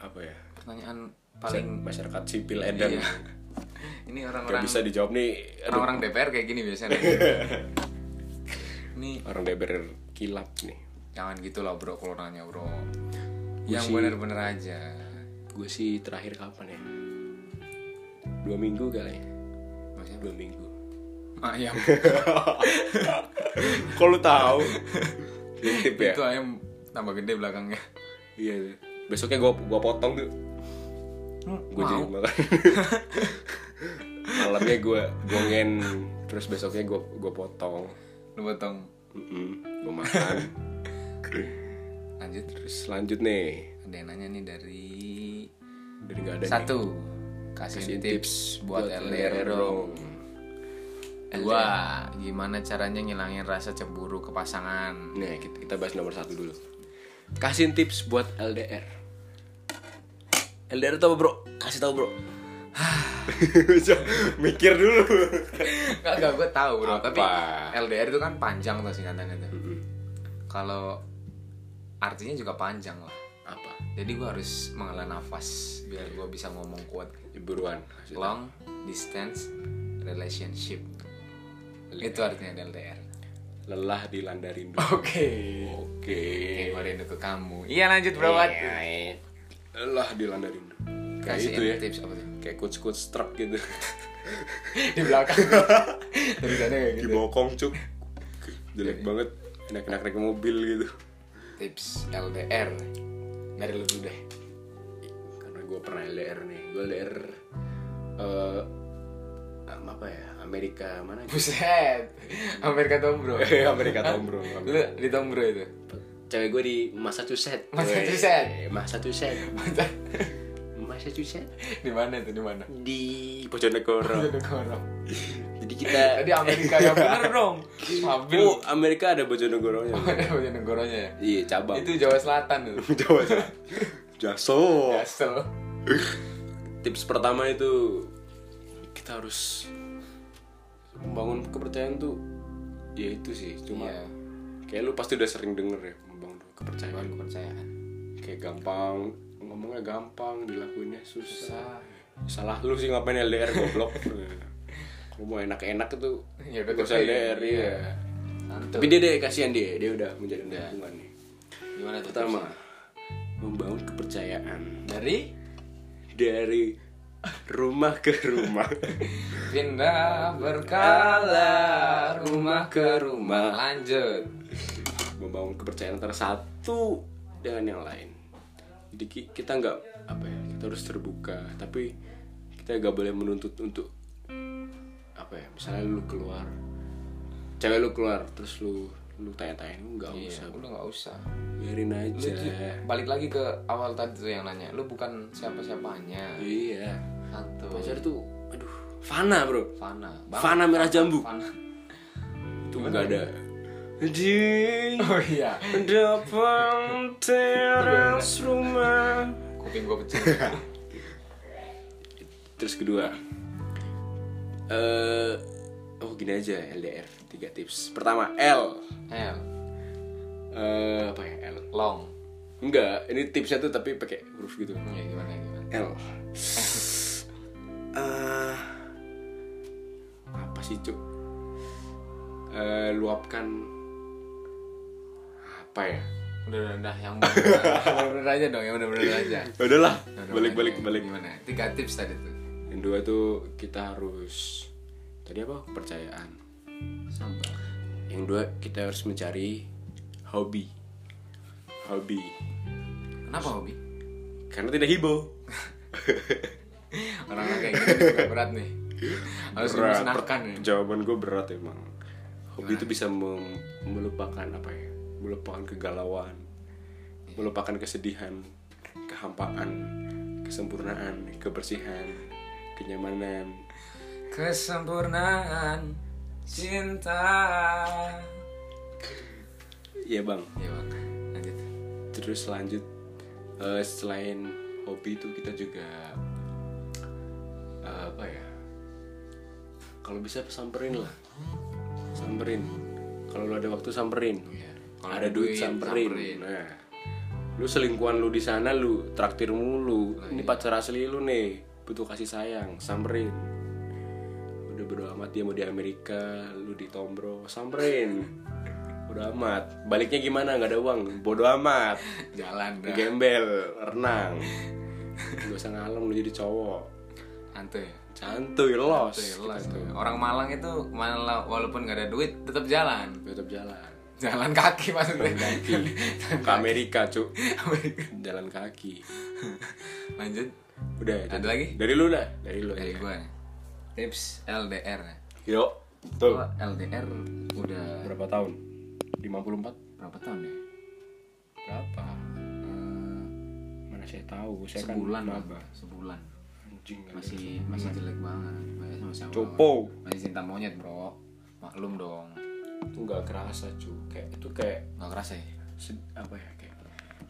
Speaker 1: apa ya
Speaker 2: pertanyaan paling
Speaker 1: masyarakat sipil Eden
Speaker 2: Iya. ini
Speaker 1: nggak
Speaker 2: orang-orang
Speaker 1: bisa dijawab nih aduh,
Speaker 2: orang-orang DPR kayak gini biasanya
Speaker 1: [LAUGHS]
Speaker 2: ini
Speaker 1: orang DPR kilap nih
Speaker 2: jangan gitu lah bro kalau nanya bro yang bener-bener aja
Speaker 1: gue sih terakhir kapan ya dua minggu kali ya
Speaker 2: maksudnya
Speaker 1: dua minggu
Speaker 2: ah,
Speaker 1: [LAUGHS]
Speaker 2: iya.
Speaker 1: kalau [LAUGHS] tahu ngintip ya
Speaker 2: itu ayam tambah gede belakangnya
Speaker 1: iya besoknya gue gua potong tuh gue Hmm, jadi [LAUGHS] makan malamnya gue gongen terus besoknya gue gue potong
Speaker 2: lu potong
Speaker 1: gue makan
Speaker 2: lanjut terus
Speaker 1: selanjut nih
Speaker 2: ada yang nanya nih dari
Speaker 1: dari nggak ada nih.
Speaker 2: satu kasih,
Speaker 1: Kasih
Speaker 2: tips, buat LDR dong dua gimana caranya ngilangin rasa cemburu ke pasangan
Speaker 1: [LAUGHS] Nih kita, kita bahas nomor satu dulu. Kasihin tips buat LDR. LDR itu apa bro? Kasih tahu [SIGHS] bro. Mikir dulu. [LAUGHS]
Speaker 2: gak gak gue tahu bro tapi
Speaker 1: Apa?
Speaker 2: LDR itu kan panjang tuh singkatannya tuh kalau artinya juga panjang lah
Speaker 1: apa?
Speaker 2: jadi gue harus mengalah nafas biar gue bisa ngomong kuat
Speaker 1: Buruan.
Speaker 2: long distance relationship itu artinya LDR
Speaker 1: Lelah dilanda rindu.
Speaker 2: Oke.
Speaker 1: Oke.
Speaker 2: Kayak gue rindu ke kamu. Iya lanjut bro. Wat.
Speaker 1: iya. Lelah dilanda rindu. Kayak
Speaker 2: Kasih
Speaker 1: itu ya.
Speaker 2: tips apa tuh?
Speaker 1: Kayak coach-coach truk gitu.
Speaker 2: [LAUGHS] Di [LAUGHS] belakang. Tulisannya kayak gitu.
Speaker 1: Dibokong cuk.
Speaker 2: Iya.
Speaker 1: Jelek banget. Enak-enak naik mobil gitu.
Speaker 2: Tips LDR. Dari lu dulu deh.
Speaker 1: Karena gue pernah LDR nih gue LDR eh um, apa ya Amerika mana gitu
Speaker 2: Buset. Amerika [LAUGHS] Tombro.
Speaker 1: Amerika Tombro
Speaker 2: Lu di Tombro itu. [LAUGHS]
Speaker 1: cewek gue di Massachusetts
Speaker 2: Massachusetts.
Speaker 1: Weh, Massachusetts Massachusetts
Speaker 2: di mana itu? Di mana?
Speaker 1: di
Speaker 2: [LAUGHS]
Speaker 1: Bojonegoro jadi kita
Speaker 2: Tadi Eh, Amerika yang bener dong. Habil.
Speaker 1: oh Amerika ada Bojonegoronya
Speaker 2: [LAUGHS] Ada banyak negoronya ya.
Speaker 1: iya cabang
Speaker 2: Itu Jawa Selatan itu.
Speaker 1: [LAUGHS] Jawa Jawa Jaso
Speaker 2: Gasel.
Speaker 1: tips pertama itu kita harus membangun kepercayaan tuh ya itu sih cuma
Speaker 2: Iya.
Speaker 1: kayak lu pasti udah sering denger ya membangun kepercayaan
Speaker 2: Baru kepercayaan.
Speaker 1: kayak gampang ngomongnya gampang dilakuinnya susah, salah lu sih ngapain LDR goblok [LAUGHS] kalau mau enak-enak itu
Speaker 2: Ya Iya. udah
Speaker 1: gak usah
Speaker 2: tapi-
Speaker 1: LDR ya
Speaker 2: Mantap.
Speaker 1: tapi dia deh kasihan dia dia udah menjalin
Speaker 2: Iya.
Speaker 1: hubungan nih
Speaker 2: Gimana tuh?
Speaker 1: pertama membangun kepercayaan
Speaker 2: Dari
Speaker 1: dari rumah ke
Speaker 2: [LAUGHS]
Speaker 1: rumah
Speaker 2: pindah berkala rumah ke rumah. Lanjut.
Speaker 1: membangun kepercayaan antara satu dengan yang lain. Jadi ki- kita nggak apa ya, kita harus terbuka, tapi kita nggak boleh menuntut untuk apa ya, misalnya lu keluar, cewek lu keluar, terus lu lu tanya-tanya, lu nggak usah,
Speaker 2: Udah nggak usah.
Speaker 1: biarin
Speaker 2: Iya. Lu
Speaker 1: aja.
Speaker 2: ju- balik lagi ke awal tadi tuh yang nanya. Lu bukan siapa-siapanya.
Speaker 1: Iya,
Speaker 2: Satu.
Speaker 1: pacar tuh, aduh, fana bro,
Speaker 2: Fana.
Speaker 1: fana merah jambu,
Speaker 2: Fana. [LAUGHS]
Speaker 1: itu nggak ada. Anjing,
Speaker 2: Oh iya. [LAUGHS]
Speaker 1: depan teras rumah.
Speaker 2: Kuping gua [LAUGHS] pecah.
Speaker 1: Terus kedua, eh oh gini aja LDR tiga tips. Pertama L,
Speaker 2: Hell.
Speaker 1: eh apa ya L?
Speaker 2: Long.
Speaker 1: Enggak, ini tipsnya tuh tapi pakai huruf gitu.
Speaker 2: Ya gimana gimana.
Speaker 1: L. Eh apa sih cuk? Eh luapkan apa ya?
Speaker 2: Udah udah udah [LAUGHS] yang bener-bener aja dong, yang bener-bener aja.
Speaker 1: Ya Udahlah,
Speaker 2: Udah, udah,
Speaker 1: balik balik
Speaker 2: gimana,
Speaker 1: balik.
Speaker 2: Gimana? Tiga tips tadi tuh.
Speaker 1: Nah, Yang dua tuh kita harus tadi apa? Kepercayaan.
Speaker 2: Sabar.
Speaker 1: Yang dua kita harus mencari hobi. Hobi.
Speaker 2: Kenapa hobi?
Speaker 1: Karena tidak hibau.
Speaker 2: Orang kayak gini juga berat nih. Harus
Speaker 1: Berat.
Speaker 2: dimusnahkan ya. nih.
Speaker 1: Jawaban gue berat emang. Hobi itu bisa mem- melupakan apa ya? Melupakan kegalauan,
Speaker 2: Iya.
Speaker 1: melupakan kesedihan, kehampaan, kesempurnaan, kebersihan, kenyamanan.
Speaker 2: Kesempurnaan cinta.
Speaker 1: Iya bang.
Speaker 2: Ya bang, lanjut.
Speaker 1: Terus lanjut eh, selain hobi itu kita juga eh, apa ya? Kalau bisa samperin lah, samperin. Kalau lu ada waktu samperin.
Speaker 2: Iya. Kalau
Speaker 1: ada
Speaker 2: ada
Speaker 1: duit,
Speaker 2: duit,
Speaker 1: samperin.
Speaker 2: samperin.
Speaker 1: Nah, lu selingkuhan lu di sana lu traktir mulu. Ini pacar asli lu nih, butuh kasih sayang, samperin. Udah bodo amat dia mau di Amerika, lu di Tombro, [LAUGHS] samperin. Bodo amat. Baliknya gimana? Gak ada uang. Bodo amat.
Speaker 2: Jalan
Speaker 1: Nah.
Speaker 2: dah.
Speaker 1: Gembel, renang. Gak usah ngalem lu jadi cowok.
Speaker 2: Hantu ya.
Speaker 1: Santuy los.
Speaker 2: Tuh, jelas tuh. Orang Malang itu malah walaupun nggak ada duit tetap jalan.
Speaker 1: Tetap [LAUGHS] jalan.
Speaker 2: Jalan kaki maksudnya.
Speaker 1: Ke Amerika, Cuk. Jalan kaki.
Speaker 2: [LAUGHS] lanjut.
Speaker 1: Udah. itu.
Speaker 2: Ada lagi?
Speaker 1: Dari lu dah. Dari lu. iya.
Speaker 2: Dari
Speaker 1: aja.
Speaker 2: gue. Tips LDR. ya.
Speaker 1: Yuk.
Speaker 2: Gua LDR udah
Speaker 1: Berapa tahun? 54?
Speaker 2: berapa tahun ya?
Speaker 1: Berapa? Mana saya tahu, saya
Speaker 2: Eh, Sebulan
Speaker 1: kan
Speaker 2: lah.
Speaker 1: maba.
Speaker 2: Sebulan.
Speaker 1: Anjing kali.
Speaker 2: Masih masih jelek banget. Masih masih awal-awal.
Speaker 1: Copo.
Speaker 2: Masih cinta monyet, Bro. Maklum dong.
Speaker 1: Itu nggak kerasa, Cuk. Kayak itu kayak
Speaker 2: Nggak kerasa ya?
Speaker 1: sed- apa ya? Kayak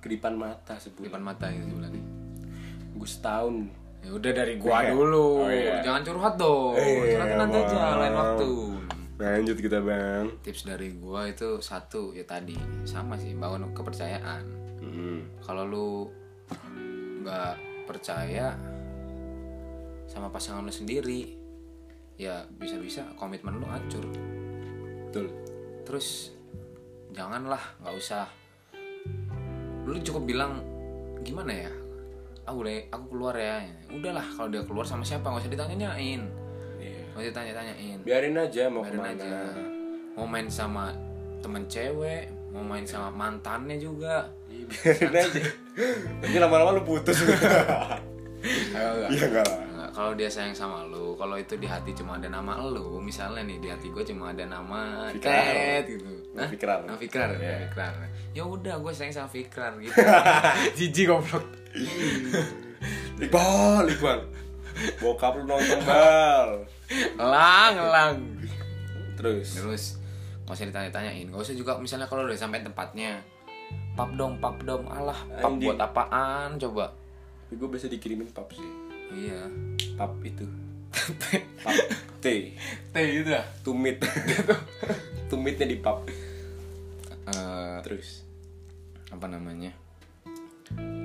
Speaker 1: kedipan mata sebulan.
Speaker 2: Depan mata gitu sebulan ini.
Speaker 1: Gue setahun.
Speaker 2: Ya udah dari gua dulu.
Speaker 1: Oh, iya.
Speaker 2: Jangan curhat dong. Curhatin nanti aja lain waktu.
Speaker 1: Nah, Lanjut kita, Bang.
Speaker 2: tips dari gua itu satu ya tadi sama sih bangun kepercayaan
Speaker 1: Hmm.
Speaker 2: kalau lu nggak percaya sama pasangan lu sendiri ya bisa-bisa komitmen lu hancur
Speaker 1: Betul.
Speaker 2: terus janganlah nggak usah lu cukup bilang gimana ya aku boleh aku keluar ya udahlah kalau dia keluar sama siapa nggak usah ditanyain
Speaker 1: Iya.
Speaker 2: nggak usah ditanya-tanyain
Speaker 1: Biarin aja mau
Speaker 2: Biarin
Speaker 1: kemana.
Speaker 2: aja. Mau main sama temen cewek, mau main sama mantannya juga.
Speaker 1: [LAUGHS] Iya, Biarin aja. Nanti lama-lama lu putus.
Speaker 2: Kagak,
Speaker 1: Iya
Speaker 2: kagak.
Speaker 1: enggak lah.
Speaker 2: Nggak, kalau dia sayang sama lu, kalau itu di hati cuma ada nama lu, misalnya nih di hati gue cuma ada nama
Speaker 1: Fikrar.
Speaker 2: Ted gitu.
Speaker 1: Nama
Speaker 2: Hah?
Speaker 1: Fikrar.
Speaker 2: Nama Fikrar, nama
Speaker 1: Iya.
Speaker 2: Fikrar. Ya udah, gue sayang sama Fikrar gitu. [LAUGHS] Jijik goblok.
Speaker 1: Iqbal, Iqbal. Bokap lu nonton bal.
Speaker 2: Elang, elang.
Speaker 1: Terus.
Speaker 2: Terus gak usah ditanya-tanyain. Gak usah juga misalnya kalau udah sampai tempatnya. Pap dong, pap dong. Alah, pap
Speaker 1: Anjing.
Speaker 2: buat apaan coba?
Speaker 1: Tapi gue biasa dikirimin pap sih.
Speaker 2: Iya.
Speaker 1: Pap itu. [LAUGHS] Pap T. ya?
Speaker 2: Teh gitu dah.
Speaker 1: Tumit. [LAUGHS] Tumitnya di pap.
Speaker 2: Eh,
Speaker 1: Terus.
Speaker 2: apa namanya?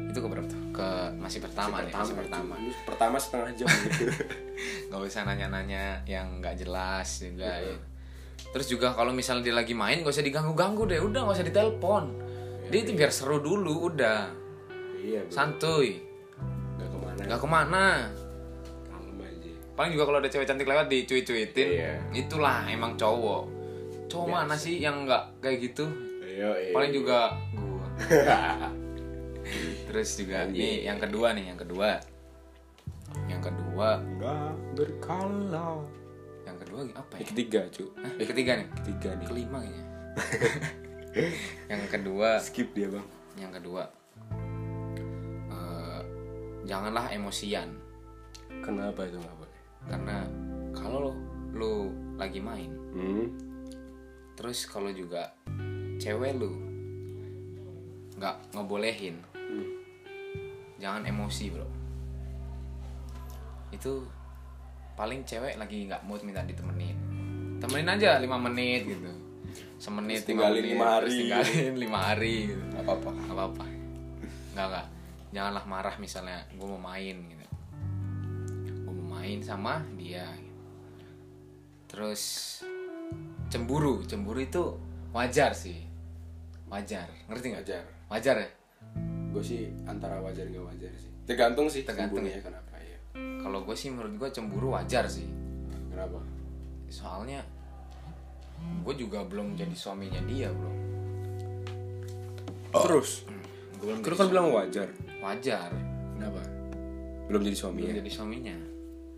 Speaker 2: Itu ke berapa tuh? Ke masih pertama nih, masih pertama.
Speaker 1: Lu Pertama setengah jam gitu.
Speaker 2: nggak usah nanya-nanya yang nggak jelas juga ya. terus juga kalau misalnya dia lagi main gak usah diganggu-ganggu deh udah gak usah ditelepon dia itu biar seru dulu udah
Speaker 1: [LAUGHS] iya, bro.
Speaker 2: santuy
Speaker 1: Gak kemana.
Speaker 2: nggak kemana
Speaker 1: Kalem aja.
Speaker 2: paling juga kalau ada cewek cantik lewat dicuit-cuitin
Speaker 1: Iya.
Speaker 2: itulah emang cowok cowok mana sih yang nggak kayak gitu
Speaker 1: Ayo, iya.
Speaker 2: paling juga gua terus juga nih yang kedua nih yang kedua yang kedua
Speaker 1: Gak berkala.
Speaker 2: yang kedua apa ya
Speaker 1: Yang Eh, ketiga, cu.
Speaker 2: Hah, ketiga nih
Speaker 1: Ketiga nih.
Speaker 2: kelima kayaknya
Speaker 1: [LAUGHS]
Speaker 2: yang kedua
Speaker 1: Skip dia, Bang.
Speaker 2: yang kedua eh, janganlah emosian
Speaker 1: Kenapa itu nggak boleh?
Speaker 2: karena kalau lu- lu lagi main
Speaker 1: Hmm.
Speaker 2: terus kalau juga cewek lu nggak ngebolehin
Speaker 1: Hmm.
Speaker 2: jangan emosi bro itu paling cewek lagi nggak mood minta ditemenin temenin aja lima menit gitu semenit
Speaker 1: Terus tinggalin
Speaker 2: menit,
Speaker 1: lima hari. gitu.
Speaker 2: terus tinggalin lima hari gitu
Speaker 1: Gak apa-apa.
Speaker 2: nggak apa-apa nggak nggak janganlah marah misalnya gue mau main gitu gue mau main sama dia gitu. terus cemburu cemburu itu wajar sih wajar ngerti nggak
Speaker 1: Wajar.
Speaker 2: wajar ya
Speaker 1: Gue sih antara wajar gak wajar sih. Tergantung sih.
Speaker 2: Tergantung.
Speaker 1: cemburunya kenapa ya?
Speaker 2: kalau gue sih menurut gue cemburu wajar sih
Speaker 1: Kenapa?
Speaker 2: soalnya gue juga belum jadi suaminya dia bro
Speaker 1: Oh. Terus.
Speaker 2: gue belum
Speaker 1: Lu
Speaker 2: jadi
Speaker 1: kan bilang wajar.
Speaker 2: suami- wajar
Speaker 1: Kenapa? Belum jadi suaminya.
Speaker 2: belum jadi suaminya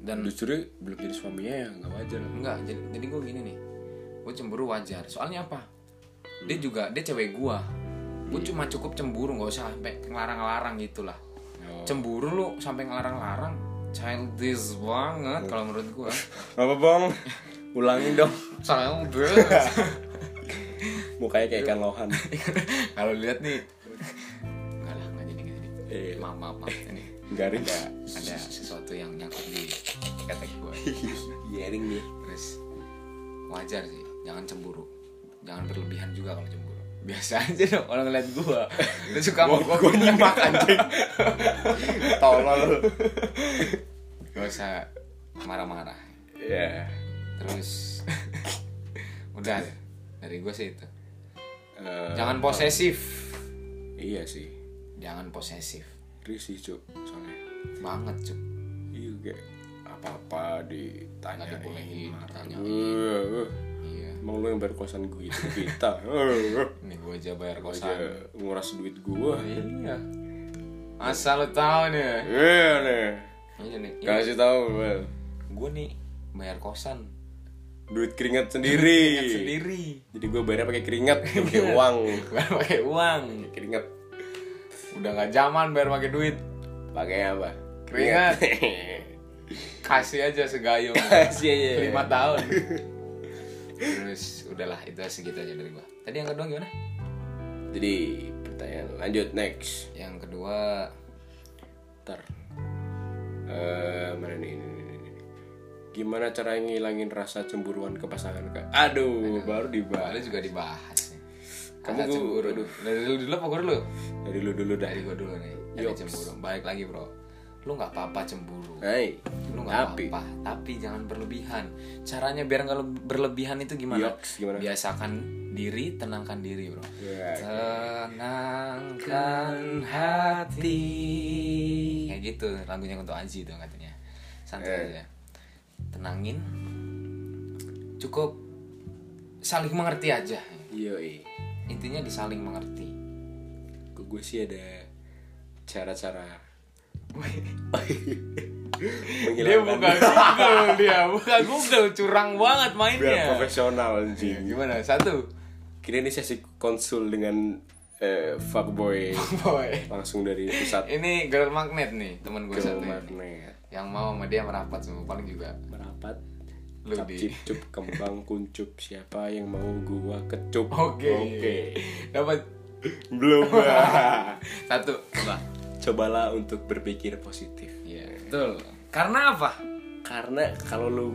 Speaker 2: dan
Speaker 1: Dan justru belum jadi suaminya ya nggak wajar.
Speaker 2: Enggak, jadi, jadi gue gini nih Gue cemburu wajar, soalnya apa? Dia juga, dia cewek gue Gue cuma cukup cemburu, gak usah sampai ngelarang-larang gitu lah Cemburu lu sampai ngelarang-larang Childish banget kalau menurut gue
Speaker 1: Apa bang? Ulangin dong.
Speaker 2: Childish [LAUGHS]
Speaker 1: Mukanya kayak ikan lohan.
Speaker 2: Kalau lihat nih Enggak lah, enggak jadi, enggak jadi
Speaker 1: Iya.
Speaker 2: Maaf, maaf, maaf Ini
Speaker 1: Garing
Speaker 2: ada,
Speaker 1: Iya.
Speaker 2: ada sesuatu yang nyangkut di ketek gue
Speaker 1: Garing nih.
Speaker 2: Terus wajar sih, jangan cemburu. Jangan berlebihan juga kalau cemburu. Biasa aja dong orang ngeliat gua. Lu suka sama gua, gitu. gua nyimak [LAUGHS] anjing.
Speaker 1: Tolol.
Speaker 2: Gak usah marah-marah.
Speaker 1: Ya.
Speaker 2: Terus udah dari gua sih itu. Jangan posesif.
Speaker 1: Eh, Iya sih.
Speaker 2: Jangan posesif.
Speaker 1: Risih cuk soalnya.
Speaker 2: Banget, Cuk.
Speaker 1: Iya kayak apa-apa ditanya
Speaker 2: Nggak dibolehin, ditanyain. Iya.
Speaker 1: Emang lu yang bayar kosan gue itu [LAUGHS] kita. Eh,
Speaker 2: Ini gua aja bayar
Speaker 1: Aja
Speaker 2: kosan.
Speaker 1: nguras duit gua.
Speaker 2: Iya. Asal lu tahu nih.
Speaker 1: Iya nih.
Speaker 2: Ini nih. ini
Speaker 1: Kasih tahu, Bel.
Speaker 2: Gua nih bayar kosan
Speaker 1: Duit keringat sendiri.
Speaker 2: sendiri.
Speaker 1: Jadi gua bayarnya pakai keringat, nggak pakai uang.
Speaker 2: Bayar pakai uang.
Speaker 1: Keringat.
Speaker 2: Udah nggak zaman bayar pakai duit.
Speaker 1: Pakai apa?
Speaker 2: Keringat.
Speaker 1: [LAUGHS]
Speaker 2: Kasih aja [LAUGHS] segayung.
Speaker 1: Kasih aja.
Speaker 2: Lima tahun. Terus udahlah itu segitu aja dari gua. Tadi yang kedua gimana?
Speaker 1: Jadi pertanyaan lanjut next.
Speaker 2: Yang kedua
Speaker 1: Ntar. Eh, mana nih? Ini, ini, ini, ini. Gimana cara ngilangin rasa cemburuan ke pasangan kak? Aduh, baru
Speaker 2: lu
Speaker 1: dibahas.
Speaker 2: juga dibahas nih.
Speaker 1: Kamu
Speaker 2: Rasa
Speaker 1: gua-
Speaker 2: cemburu.
Speaker 1: aduh.
Speaker 2: Dari lu dulu apa gua dulu?
Speaker 1: Dari lu dulu dah.
Speaker 2: Dari gua dulu nih. Dari cemburu. Baik lagi, Bro. Lu nggak apa-apa cemburu.
Speaker 1: Hai.
Speaker 2: Lu nggak
Speaker 1: Tapi
Speaker 2: apa-apa, tapi jangan berlebihan. Caranya biar nggak le- berlebihan itu gimana?
Speaker 1: Yoks, gimana?
Speaker 2: Biasakan diri, tenangkan diri, Bro.
Speaker 1: Ya,
Speaker 2: Tenangkan hati Kayak gitu lagunya untuk Aji tuh katanya Santai aja Tenangin Cukup Saling mengerti aja
Speaker 1: Yoi.
Speaker 2: Intinya disaling mengerti
Speaker 1: Ke gue sih ada cara-cara [LAUGHS]
Speaker 2: dia
Speaker 1: menghilangkan
Speaker 2: buka Google dia buka Google curang banget
Speaker 1: biar
Speaker 2: mainnya
Speaker 1: profesional anjing
Speaker 2: gimana satu
Speaker 1: kini ini sesi konsul dengan eh,
Speaker 2: [LAUGHS]
Speaker 1: fuckboy
Speaker 2: boy
Speaker 1: langsung dari pusat
Speaker 2: ini girl magnet nih teman gue satu ini.
Speaker 1: magnet
Speaker 2: yang mau sama dia merapat semua paling juga
Speaker 1: merapat
Speaker 2: lu
Speaker 1: cap
Speaker 2: di
Speaker 1: cip-cup, kembang kuncup siapa yang mau gua kecup
Speaker 2: oke dapat [LAUGHS]
Speaker 1: belum Mbak.
Speaker 2: satu lah
Speaker 1: cobalah untuk berpikir positif
Speaker 2: iya betul karena apa
Speaker 1: karena kalau lu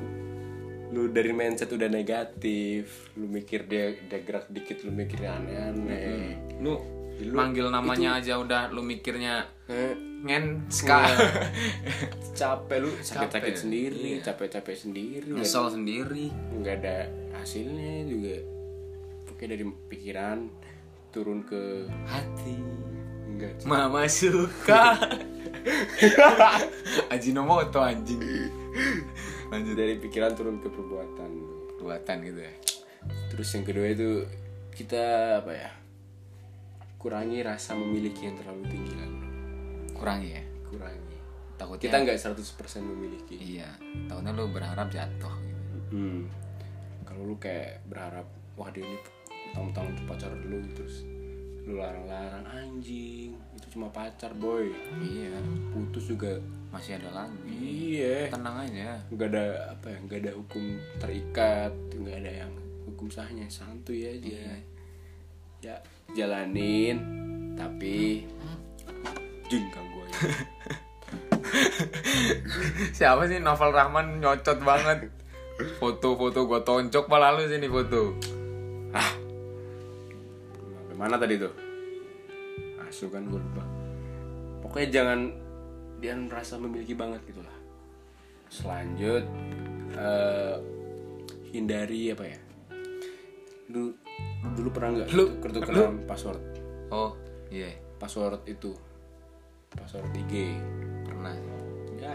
Speaker 1: lu dari mindset udah negatif lu mikir dia dia gerak dikit lu mikirnya aneh-aneh
Speaker 2: lu manggil namanya aja udah lu mikirnya
Speaker 1: Eh,
Speaker 2: ngen ska
Speaker 1: capek lu sakit-sakit
Speaker 2: Capek, Iya.
Speaker 1: sendiri capek-capek sendiri nggak-
Speaker 2: [LAUGHS] nyesel sendiri
Speaker 1: nggak ada hasilnya juga pokoknya dari pikiran turun ke
Speaker 2: hati
Speaker 1: enggak
Speaker 2: mama [LAUGHS] suka Ajinomoto anjing lanjut
Speaker 1: dari pikiran turun ke perbuatan
Speaker 2: buatan gitu ya
Speaker 1: terus yang kedua itu kita apa ya kurangi rasa memiliki yang terlalu tinggi lah bro.
Speaker 2: kurangi ya
Speaker 1: kurangi
Speaker 2: takutnya
Speaker 1: kita nggak 100% memiliki
Speaker 2: iya tahunnya lu berharap jatuh gitu.
Speaker 1: Hmm. Kalau lu kayak berharap wah dia ini tahun-tahun tuh pacar lu terus lu larang-larang anjing itu cuma pacar boy
Speaker 2: iya
Speaker 1: putus juga
Speaker 2: masih ada [LAUGHS] lagi
Speaker 1: iya
Speaker 2: tenang aja
Speaker 1: nggak ada apa ya nggak ada hukum terikat nggak ada yang hukum sahnya santuy aja ya jalanin tapi jing gangguan
Speaker 2: siapa sih Novel Rahman nyocot banget foto-foto gue tonjok malah lu sini foto
Speaker 1: [LAUGHS] Sampai mana tadi tuh? Asu kan gue lupa. Pokoknya jangan dia merasa memiliki banget gitu lah. Selanjut eh, hindari apa ya? Lu dulu pernah nggak
Speaker 2: Lu-
Speaker 1: ketukeran password?
Speaker 2: oh iya
Speaker 1: Password itu. Password IG.
Speaker 2: pernah
Speaker 1: Ya,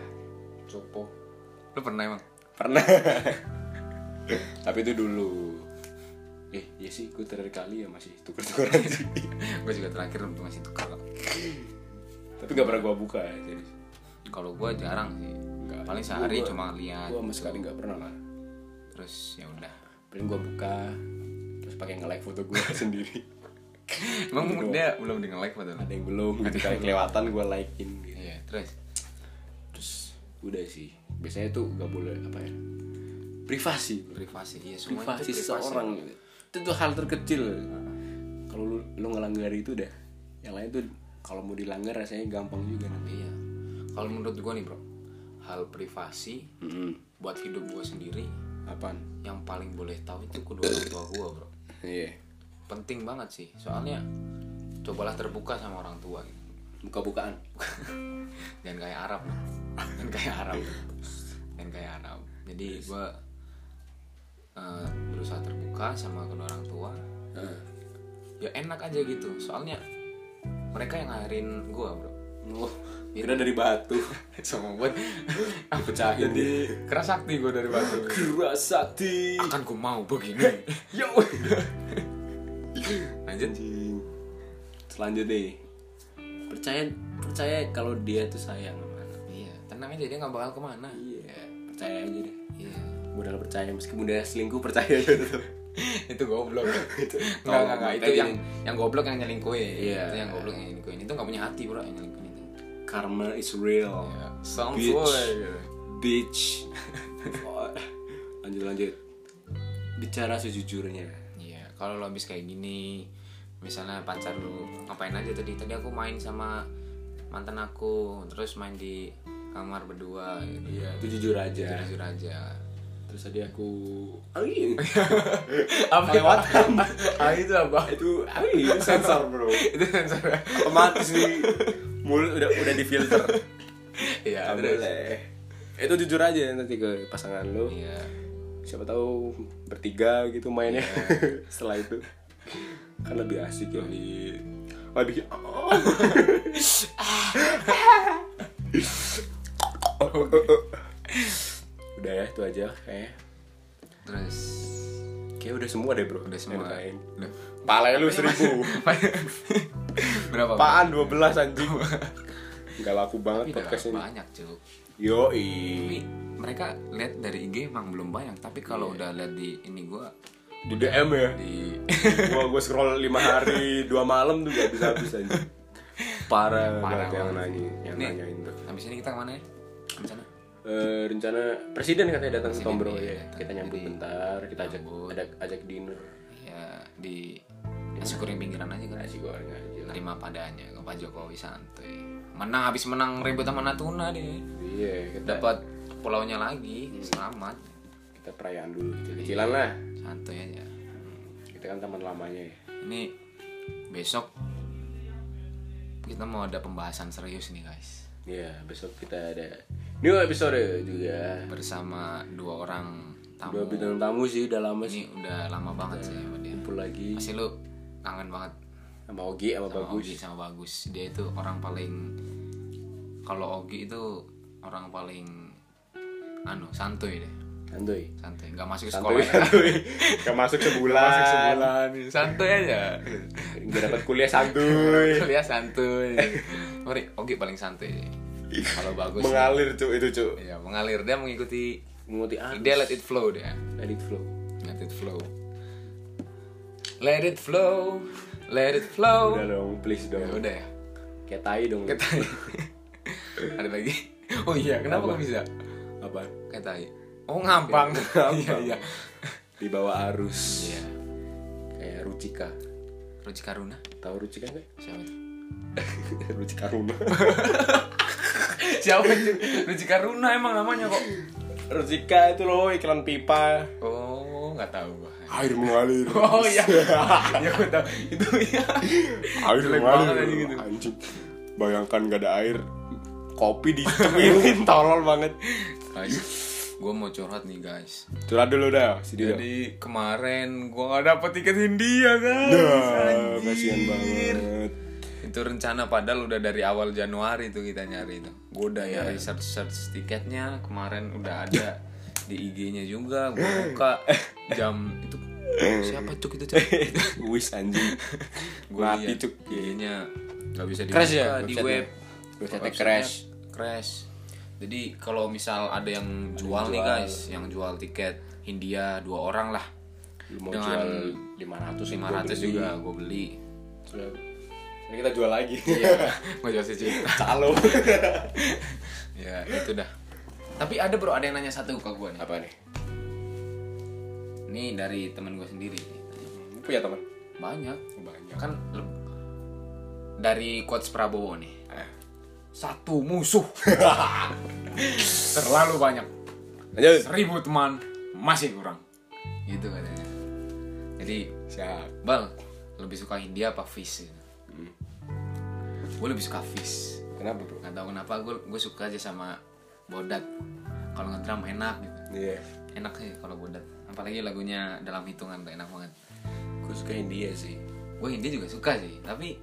Speaker 1: cukup.
Speaker 2: lu pernah [LAUGHS] emang
Speaker 1: Pernah. [LAUGHS] Tapi itu dulu. Eh, ya sih, gue terakhir kali ya masih tuker-tukeran [LAUGHS] sih.
Speaker 2: gue juga terakhir masih tukar
Speaker 1: Tapi gak pernah gue buka ya, jadi.
Speaker 2: kalau gue jarang sih
Speaker 1: Nggak.
Speaker 2: paling sehari
Speaker 1: Gua-
Speaker 2: cuma lihat
Speaker 1: gue sama sekali nggak pernah lah
Speaker 2: terus ya udah
Speaker 1: paling gue buka terus pakai nge like foto gue [LAUGHS] sendiri
Speaker 2: emang dia belum di like padahal
Speaker 1: ada yang belum gitu kali kelewatan gue likein gitu
Speaker 2: iya terus
Speaker 1: terus udah sih biasanya tuh nggak boleh apa ya privasi bro.
Speaker 2: privasi iya semua
Speaker 1: privasi seseorang gitu. itu tuh hal terkecil kalau lu lu ngelanggar itu udah yang lain tuh kalau mau dilanggar rasanya gampang juga nanti
Speaker 2: iya kalau menurut gue nih bro hal privasi
Speaker 1: Mm-mm.
Speaker 2: buat hidup gue sendiri
Speaker 1: apaan
Speaker 2: yang paling boleh tahu itu kedua orang tua gue bro
Speaker 1: iya
Speaker 2: penting banget sih soalnya cobalah terbuka sama orang tua gitu. [LAUGHS]
Speaker 1: buka-bukaan
Speaker 2: jangan kayak Arab lah jangan kayak Arab jangan kayak Arab jadi gue berusaha terbuka sama kedua orang tua
Speaker 1: Heeh.
Speaker 2: ya enak aja gitu soalnya mereka yang ngajarin gue bro
Speaker 1: oh, kira dari batu
Speaker 2: sama [LAUGHS] buat
Speaker 1: [LAUGHS] dipecahin jadi
Speaker 2: keras sakti gue dari batu
Speaker 1: [LAUGHS] Kerasakti
Speaker 2: akan gue mau begini
Speaker 1: Yo
Speaker 2: lanjut
Speaker 1: Selanjutnya nih Percaya percaya kalau dia tuh sayang sama anak
Speaker 2: iya tenang aja dia nggak bakal kemana
Speaker 1: Iya Percaya aja deh
Speaker 2: iya
Speaker 1: Modal percaya Meskipun dia selingkuh percaya [LAUGHS] aja tetep
Speaker 2: [LAUGHS] itu goblok
Speaker 1: [LAUGHS]
Speaker 2: itu
Speaker 1: Nggak,
Speaker 2: nggak
Speaker 1: nggak, nggak.
Speaker 2: itu yang yang goblok yang nyelingkuin
Speaker 1: Iya.
Speaker 2: itu yang goblok yang nyelingkuin itu nggak punya hati bro yang nyelingkuin itu
Speaker 1: Karma is real
Speaker 2: sounds
Speaker 1: Ya, Bitch.
Speaker 2: way.
Speaker 1: Bitch Lanjut lanjut Bicara sejujurnya
Speaker 2: Iya, kalau lo habis kayak gini, misalnya pacar lu ngapain aja tadi? Tadi aku main sama mantan aku, terus main di kamar berdua gitu.
Speaker 1: Iya Itu jujur aja
Speaker 2: Jujur aja.
Speaker 1: [LAUGHS] Terus tadi aku Aing
Speaker 2: Apa
Speaker 1: Lewat
Speaker 2: [LAUGHS] Ah itu apa?
Speaker 1: [LAUGHS] Itu Aing Sensor bro
Speaker 2: itu sensor.
Speaker 1: Otomatis nih Mulut udah, udah difilter
Speaker 2: [LAUGHS] Iya,
Speaker 1: Nggak
Speaker 2: terus.
Speaker 1: boleh. Itu jujur aja nanti ke pasangan lu.
Speaker 2: Iya.
Speaker 1: Siapa tahu bertiga gitu mainnya. [LAUGHS] Setelah itu kan lebih asik ya di Waduh. Oh, udah ya itu aja kayaknya.
Speaker 2: Terus
Speaker 1: Kayak udah semua deh bro.
Speaker 2: udah semua.
Speaker 1: Yang lain.
Speaker 2: Udah.
Speaker 1: Pala lu seribu.
Speaker 2: [LAUGHS] Berapa? Bro?
Speaker 1: Apaan 12 anjing. nggak laku banget
Speaker 2: Tapi udah
Speaker 1: podcast ini
Speaker 2: Iya, banyak cuk
Speaker 1: yoi
Speaker 2: Tapi mereka lihat dari IG emang belum banyak tapi
Speaker 1: Iya.
Speaker 2: kalau udah lihat di ini gua
Speaker 1: di DM ya [LAUGHS]
Speaker 2: di
Speaker 1: gua gua scroll lima hari dua malam tuh gak bisa habis aja parah
Speaker 2: Hmm, Parah
Speaker 1: banget yang
Speaker 2: banget
Speaker 1: nanya
Speaker 2: sih.
Speaker 1: yang
Speaker 2: Nih.
Speaker 1: nanyain tuh
Speaker 2: habis ini kita kemana ya? Habis sana.
Speaker 1: Eh, rencana presiden katanya datang ke
Speaker 2: Presiden,
Speaker 1: Tombro
Speaker 2: iya,
Speaker 1: ya
Speaker 2: datang.
Speaker 1: kita nyambut
Speaker 2: Jadi,
Speaker 1: bentar kita ajak
Speaker 2: nyambut.
Speaker 1: ajak ajak dinner
Speaker 2: Ya di nasi goreng pinggiran aja kan.
Speaker 1: nasi goreng aja lah.
Speaker 2: Terima padanya ke Pak Jokowi santuy. Menang habis menang ribut sama Natuna deh.
Speaker 1: iya kita
Speaker 2: Dapat pulaunya lagi.
Speaker 1: Iya.
Speaker 2: Selamat.
Speaker 1: kita perayaan dulu kecilan lah
Speaker 2: Santuy aja.
Speaker 1: kita kan teman lamanya ya
Speaker 2: Ini besok kita mau ada pembahasan serius nih guys
Speaker 1: Iya, besok kita ada new episode juga.
Speaker 2: bersama dua orang
Speaker 1: Dua
Speaker 2: tamu.
Speaker 1: bintang tamu sih udah lama sih
Speaker 2: Ini udah lama banget sih sama dia.
Speaker 1: kumpul lagi
Speaker 2: Pasti lu kangen banget
Speaker 1: sama Ogi sama
Speaker 2: sama
Speaker 1: Iya. Bagus.
Speaker 2: Ogi sama bagus dia itu orang paling kalau Ogi itu orang paling anu santuy deh
Speaker 1: Santuy.
Speaker 2: santuy nggak masuk
Speaker 1: Santuy, [LAUGHS]
Speaker 2: sekolah [LAUGHS]
Speaker 1: santuy. Gak masuk sebulan.
Speaker 2: santuy aja
Speaker 1: Gak dapat kuliah santuy.
Speaker 2: kuliah santuy Mari, Ogi paling santuy deh. kalau bagus
Speaker 1: Mengalir cu itu cu.
Speaker 2: ya mengalir dia mengikuti
Speaker 1: Menguti ah,
Speaker 2: dia let it flow dia
Speaker 1: edit flow.
Speaker 2: let it flow let it flow let it flow
Speaker 1: Udah dong, please
Speaker 2: ya
Speaker 1: dong.
Speaker 2: udah ya
Speaker 1: Kayak tai dong.
Speaker 2: Kayak tai. ada lagi [LAUGHS] oh iya kenapa kok bisa
Speaker 1: Apa?
Speaker 2: kayak tai oh [LAUGHS] ngampang iya iya
Speaker 1: Di bawah arus.
Speaker 2: iya
Speaker 1: Kayak Rucika.
Speaker 2: Roji Karuna
Speaker 1: Tahu Rucika [LAUGHS] nggak?
Speaker 2: siapa itu
Speaker 1: Rucika rumah.
Speaker 2: [LAUGHS] siapa itu Roji Karuna emang namanya kok
Speaker 1: Rucika itu loh iklan pipa.
Speaker 2: oh nggak tahu gua
Speaker 1: Air mengalir.
Speaker 2: [LAUGHS] oh [LAUGHS] iya ya gua tahu itu [LAUGHS] ya
Speaker 1: air
Speaker 2: Jelek
Speaker 1: mengalir
Speaker 2: banget aja gitu.
Speaker 1: anjing bayangkan gak ada air kopi [LAUGHS] dicemilin tolol banget
Speaker 2: guys gua mau curhat nih guys
Speaker 1: curhat dulu dah si dia
Speaker 2: jadi kemarin gua nggak dapet tiket India guys
Speaker 1: Dah,
Speaker 2: Anjir.
Speaker 1: kasihan [LAUGHS] banget
Speaker 2: itu rencana padahal udah dari awal Januari itu kita nyari itu gue udah ya research search tiketnya kemarin udah ada di IG-nya juga gue buka jam itu siapa cuk itu [LAUGHS] cuk
Speaker 1: wis anjing
Speaker 2: gue
Speaker 1: mati cuk
Speaker 2: IG-nya nggak bisa dibuka
Speaker 1: Crash ya,
Speaker 2: di
Speaker 1: website-nya?
Speaker 2: web
Speaker 1: Website-nya
Speaker 2: Website-nya
Speaker 1: crash.
Speaker 2: crash jadi kalau misal ada yang jual, nih
Speaker 1: jual.
Speaker 2: guys yang jual tiket India dua orang lah
Speaker 1: lu mau
Speaker 2: Dengan
Speaker 1: jual 500
Speaker 2: lima ratus juga gue [LAUGHS] beli
Speaker 1: ini kita jual lagi [LAUGHS]
Speaker 2: gue Iya. jual sih
Speaker 1: calo
Speaker 2: ya itu dah tapi ada bro ada yang nanya satu ke gue nih
Speaker 1: [LAUGHS] apa nih
Speaker 2: ini dari temen gue sendiri nih.
Speaker 1: Lu punya teman
Speaker 2: banyak
Speaker 1: banyak
Speaker 2: kan leb- dari quotes Prabowo nih satu musuh [LAUGHS] terlalu banyak
Speaker 1: lanjut
Speaker 2: seribu teman masih kurang gitu katanya jadi
Speaker 1: siap
Speaker 2: bal lebih suka India apa fish gue lebih suka fish
Speaker 1: kenapa bro
Speaker 2: nggak tahu kenapa gue gue suka aja sama bodat kalau ngedram enak gitu
Speaker 1: iya
Speaker 2: enak sih kalau bodat apalagi lagunya dalam hitungan tuh enak banget
Speaker 1: gue suka India sih
Speaker 2: gue India juga suka sih tapi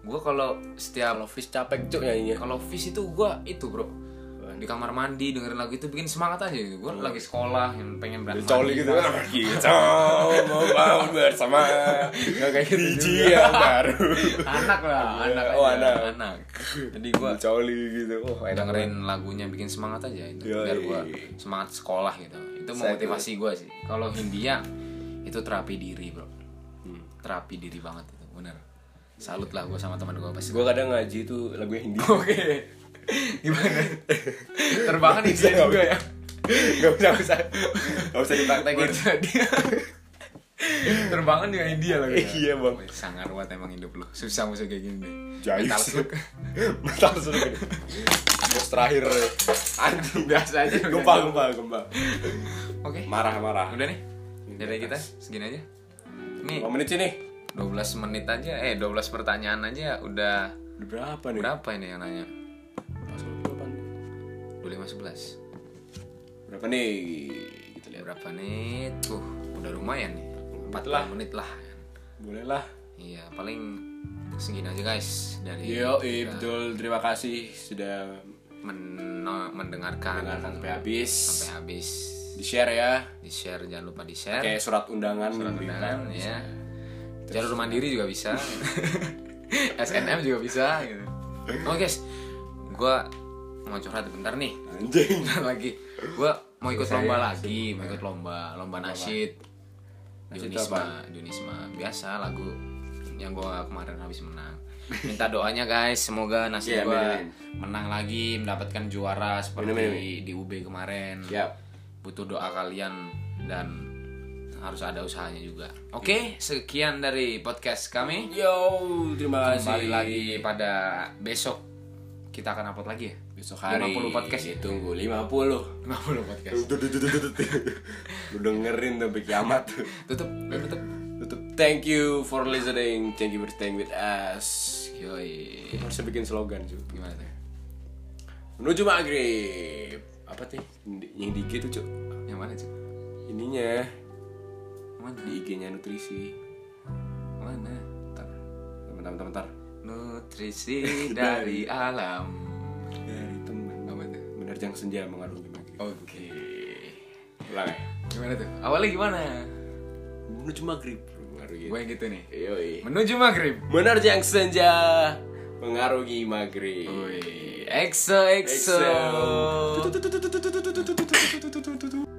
Speaker 2: gue kalau setiap
Speaker 1: kalau fish capek cuk nyanyinya
Speaker 2: kalau fish itu gue itu bro di kamar mandi dengerin lagu itu bikin semangat aja gitu gue lagi sekolah yang pengen berangkat
Speaker 1: Coli gitu kan [LAUGHS] Kita mau bangun bersama
Speaker 2: Nggak kayak gitu juga.
Speaker 1: Biji yang baru
Speaker 2: anak
Speaker 1: [LAUGHS]
Speaker 2: lah anak
Speaker 1: Oh,
Speaker 2: aja,
Speaker 1: anak.
Speaker 2: anak jadi gue
Speaker 1: Coli gitu Oh enak
Speaker 2: dengerin lagunya bikin semangat aja itu
Speaker 1: Yoi.
Speaker 2: biar gue semangat sekolah gitu itu
Speaker 1: Saya
Speaker 2: memotivasi gue sih kalau Hindia itu terapi diri bro
Speaker 1: Hmm.
Speaker 2: terapi diri banget itu bener salut lah gue sama teman gue pas
Speaker 1: Gue kadang ngaji tuh lagu Hindi [LAUGHS]
Speaker 2: Oke. Gimana? Terbangan ide juga ya.
Speaker 1: Gak usah usah Gak usah dipraktekin
Speaker 2: Jadi Terbangan juga India lagi.
Speaker 1: Iya, Bang.
Speaker 2: Sangar banget emang hidup lu. Susah musuh kayak gini deh.
Speaker 1: Jayus.
Speaker 2: Mental
Speaker 1: [LAUGHS]
Speaker 2: slug.
Speaker 1: Bentar suruh gini Bos terakhir Anjing
Speaker 2: Biasa aja. udah.
Speaker 1: Gempa gempa gempa
Speaker 2: Oke.
Speaker 1: Marah marah
Speaker 2: Udah nih. Dari kita segini aja. Nih
Speaker 1: Mau menit sini
Speaker 2: 12 menit aja eh 12 pertanyaan aja udah
Speaker 1: Udah berapa nih?
Speaker 2: berapa ini yang nanya?
Speaker 1: Masuk ke depan.
Speaker 2: 2511.
Speaker 1: Berapa nih? Gitu lihat
Speaker 2: Berapa menit? Tuh, udah lumayan nih. 40
Speaker 1: Lah.
Speaker 2: menit lah.
Speaker 1: Boleh lah
Speaker 2: Iya, paling segini aja guys dari
Speaker 1: Yo, betul. Terima kasih sudah
Speaker 2: men- mendengarkan
Speaker 1: mendengarkan sampai habis.
Speaker 2: sampai habis.
Speaker 1: Di share ya.
Speaker 2: Di share jangan lupa di share.
Speaker 1: kayak surat undangan
Speaker 2: Surat
Speaker 1: gitu
Speaker 2: undangan,
Speaker 1: kan.
Speaker 2: ya. Jalur
Speaker 1: [LAUGHS]
Speaker 2: mandiri juga bisa. SNM juga bisa gitu. Oke guys. gua mau curhat bentar nih
Speaker 1: anjing [LAUGHS]
Speaker 2: bentar [LAUGHS] lagi gua mau ikut lomba lagi mau ikut lomba lomba nasyid
Speaker 1: ya. Nasyid
Speaker 2: Dionisma Dionisma biasa lagu yang gua kemarin habis menang minta doanya guys semoga nasib
Speaker 1: Iya,
Speaker 2: gua
Speaker 1: amin, amin.
Speaker 2: menang lagi mendapatkan juara seperti
Speaker 1: Amin,
Speaker 2: di UB kemarin
Speaker 1: siap
Speaker 2: butuh doa kalian dan harus ada usahanya juga oke sekian dari podcast kami
Speaker 1: yo terima kasih
Speaker 2: kembali lagi pada besok kita akan upload lagi ya
Speaker 1: besok hari
Speaker 2: 50 podcast ya?
Speaker 1: tunggu 50
Speaker 2: 50 podcast
Speaker 1: lu dengerin sampai kiamat
Speaker 2: [LAUGHS] tutup lu tutup
Speaker 1: tutup thank you for listening thank you for staying with us
Speaker 2: yoi
Speaker 1: Kita harus bikin slogan cuy
Speaker 2: gimana tuh
Speaker 1: menuju maghrib apa tuh yang di- yang di IG tuh cuy
Speaker 2: yang mana cuy
Speaker 1: ininya
Speaker 2: mana
Speaker 1: di IG-nya nutrisi
Speaker 2: mana
Speaker 1: bentar bentar bentar, bentar.
Speaker 2: [LAUGHS] nutrisi dari alam
Speaker 1: dari temen
Speaker 2: apa tuh
Speaker 1: menerjang senja mengarungi maghrib
Speaker 2: oke
Speaker 1: ulang ya
Speaker 2: gimana tuh awalnya gimana
Speaker 1: menuju maghrib mengarungi
Speaker 2: gue yang gitu nih
Speaker 1: yoi
Speaker 2: menuju maghrib
Speaker 1: menerjang senja mengarungi maghrib
Speaker 2: Woi, EXO EXO.
Speaker 1: Excel.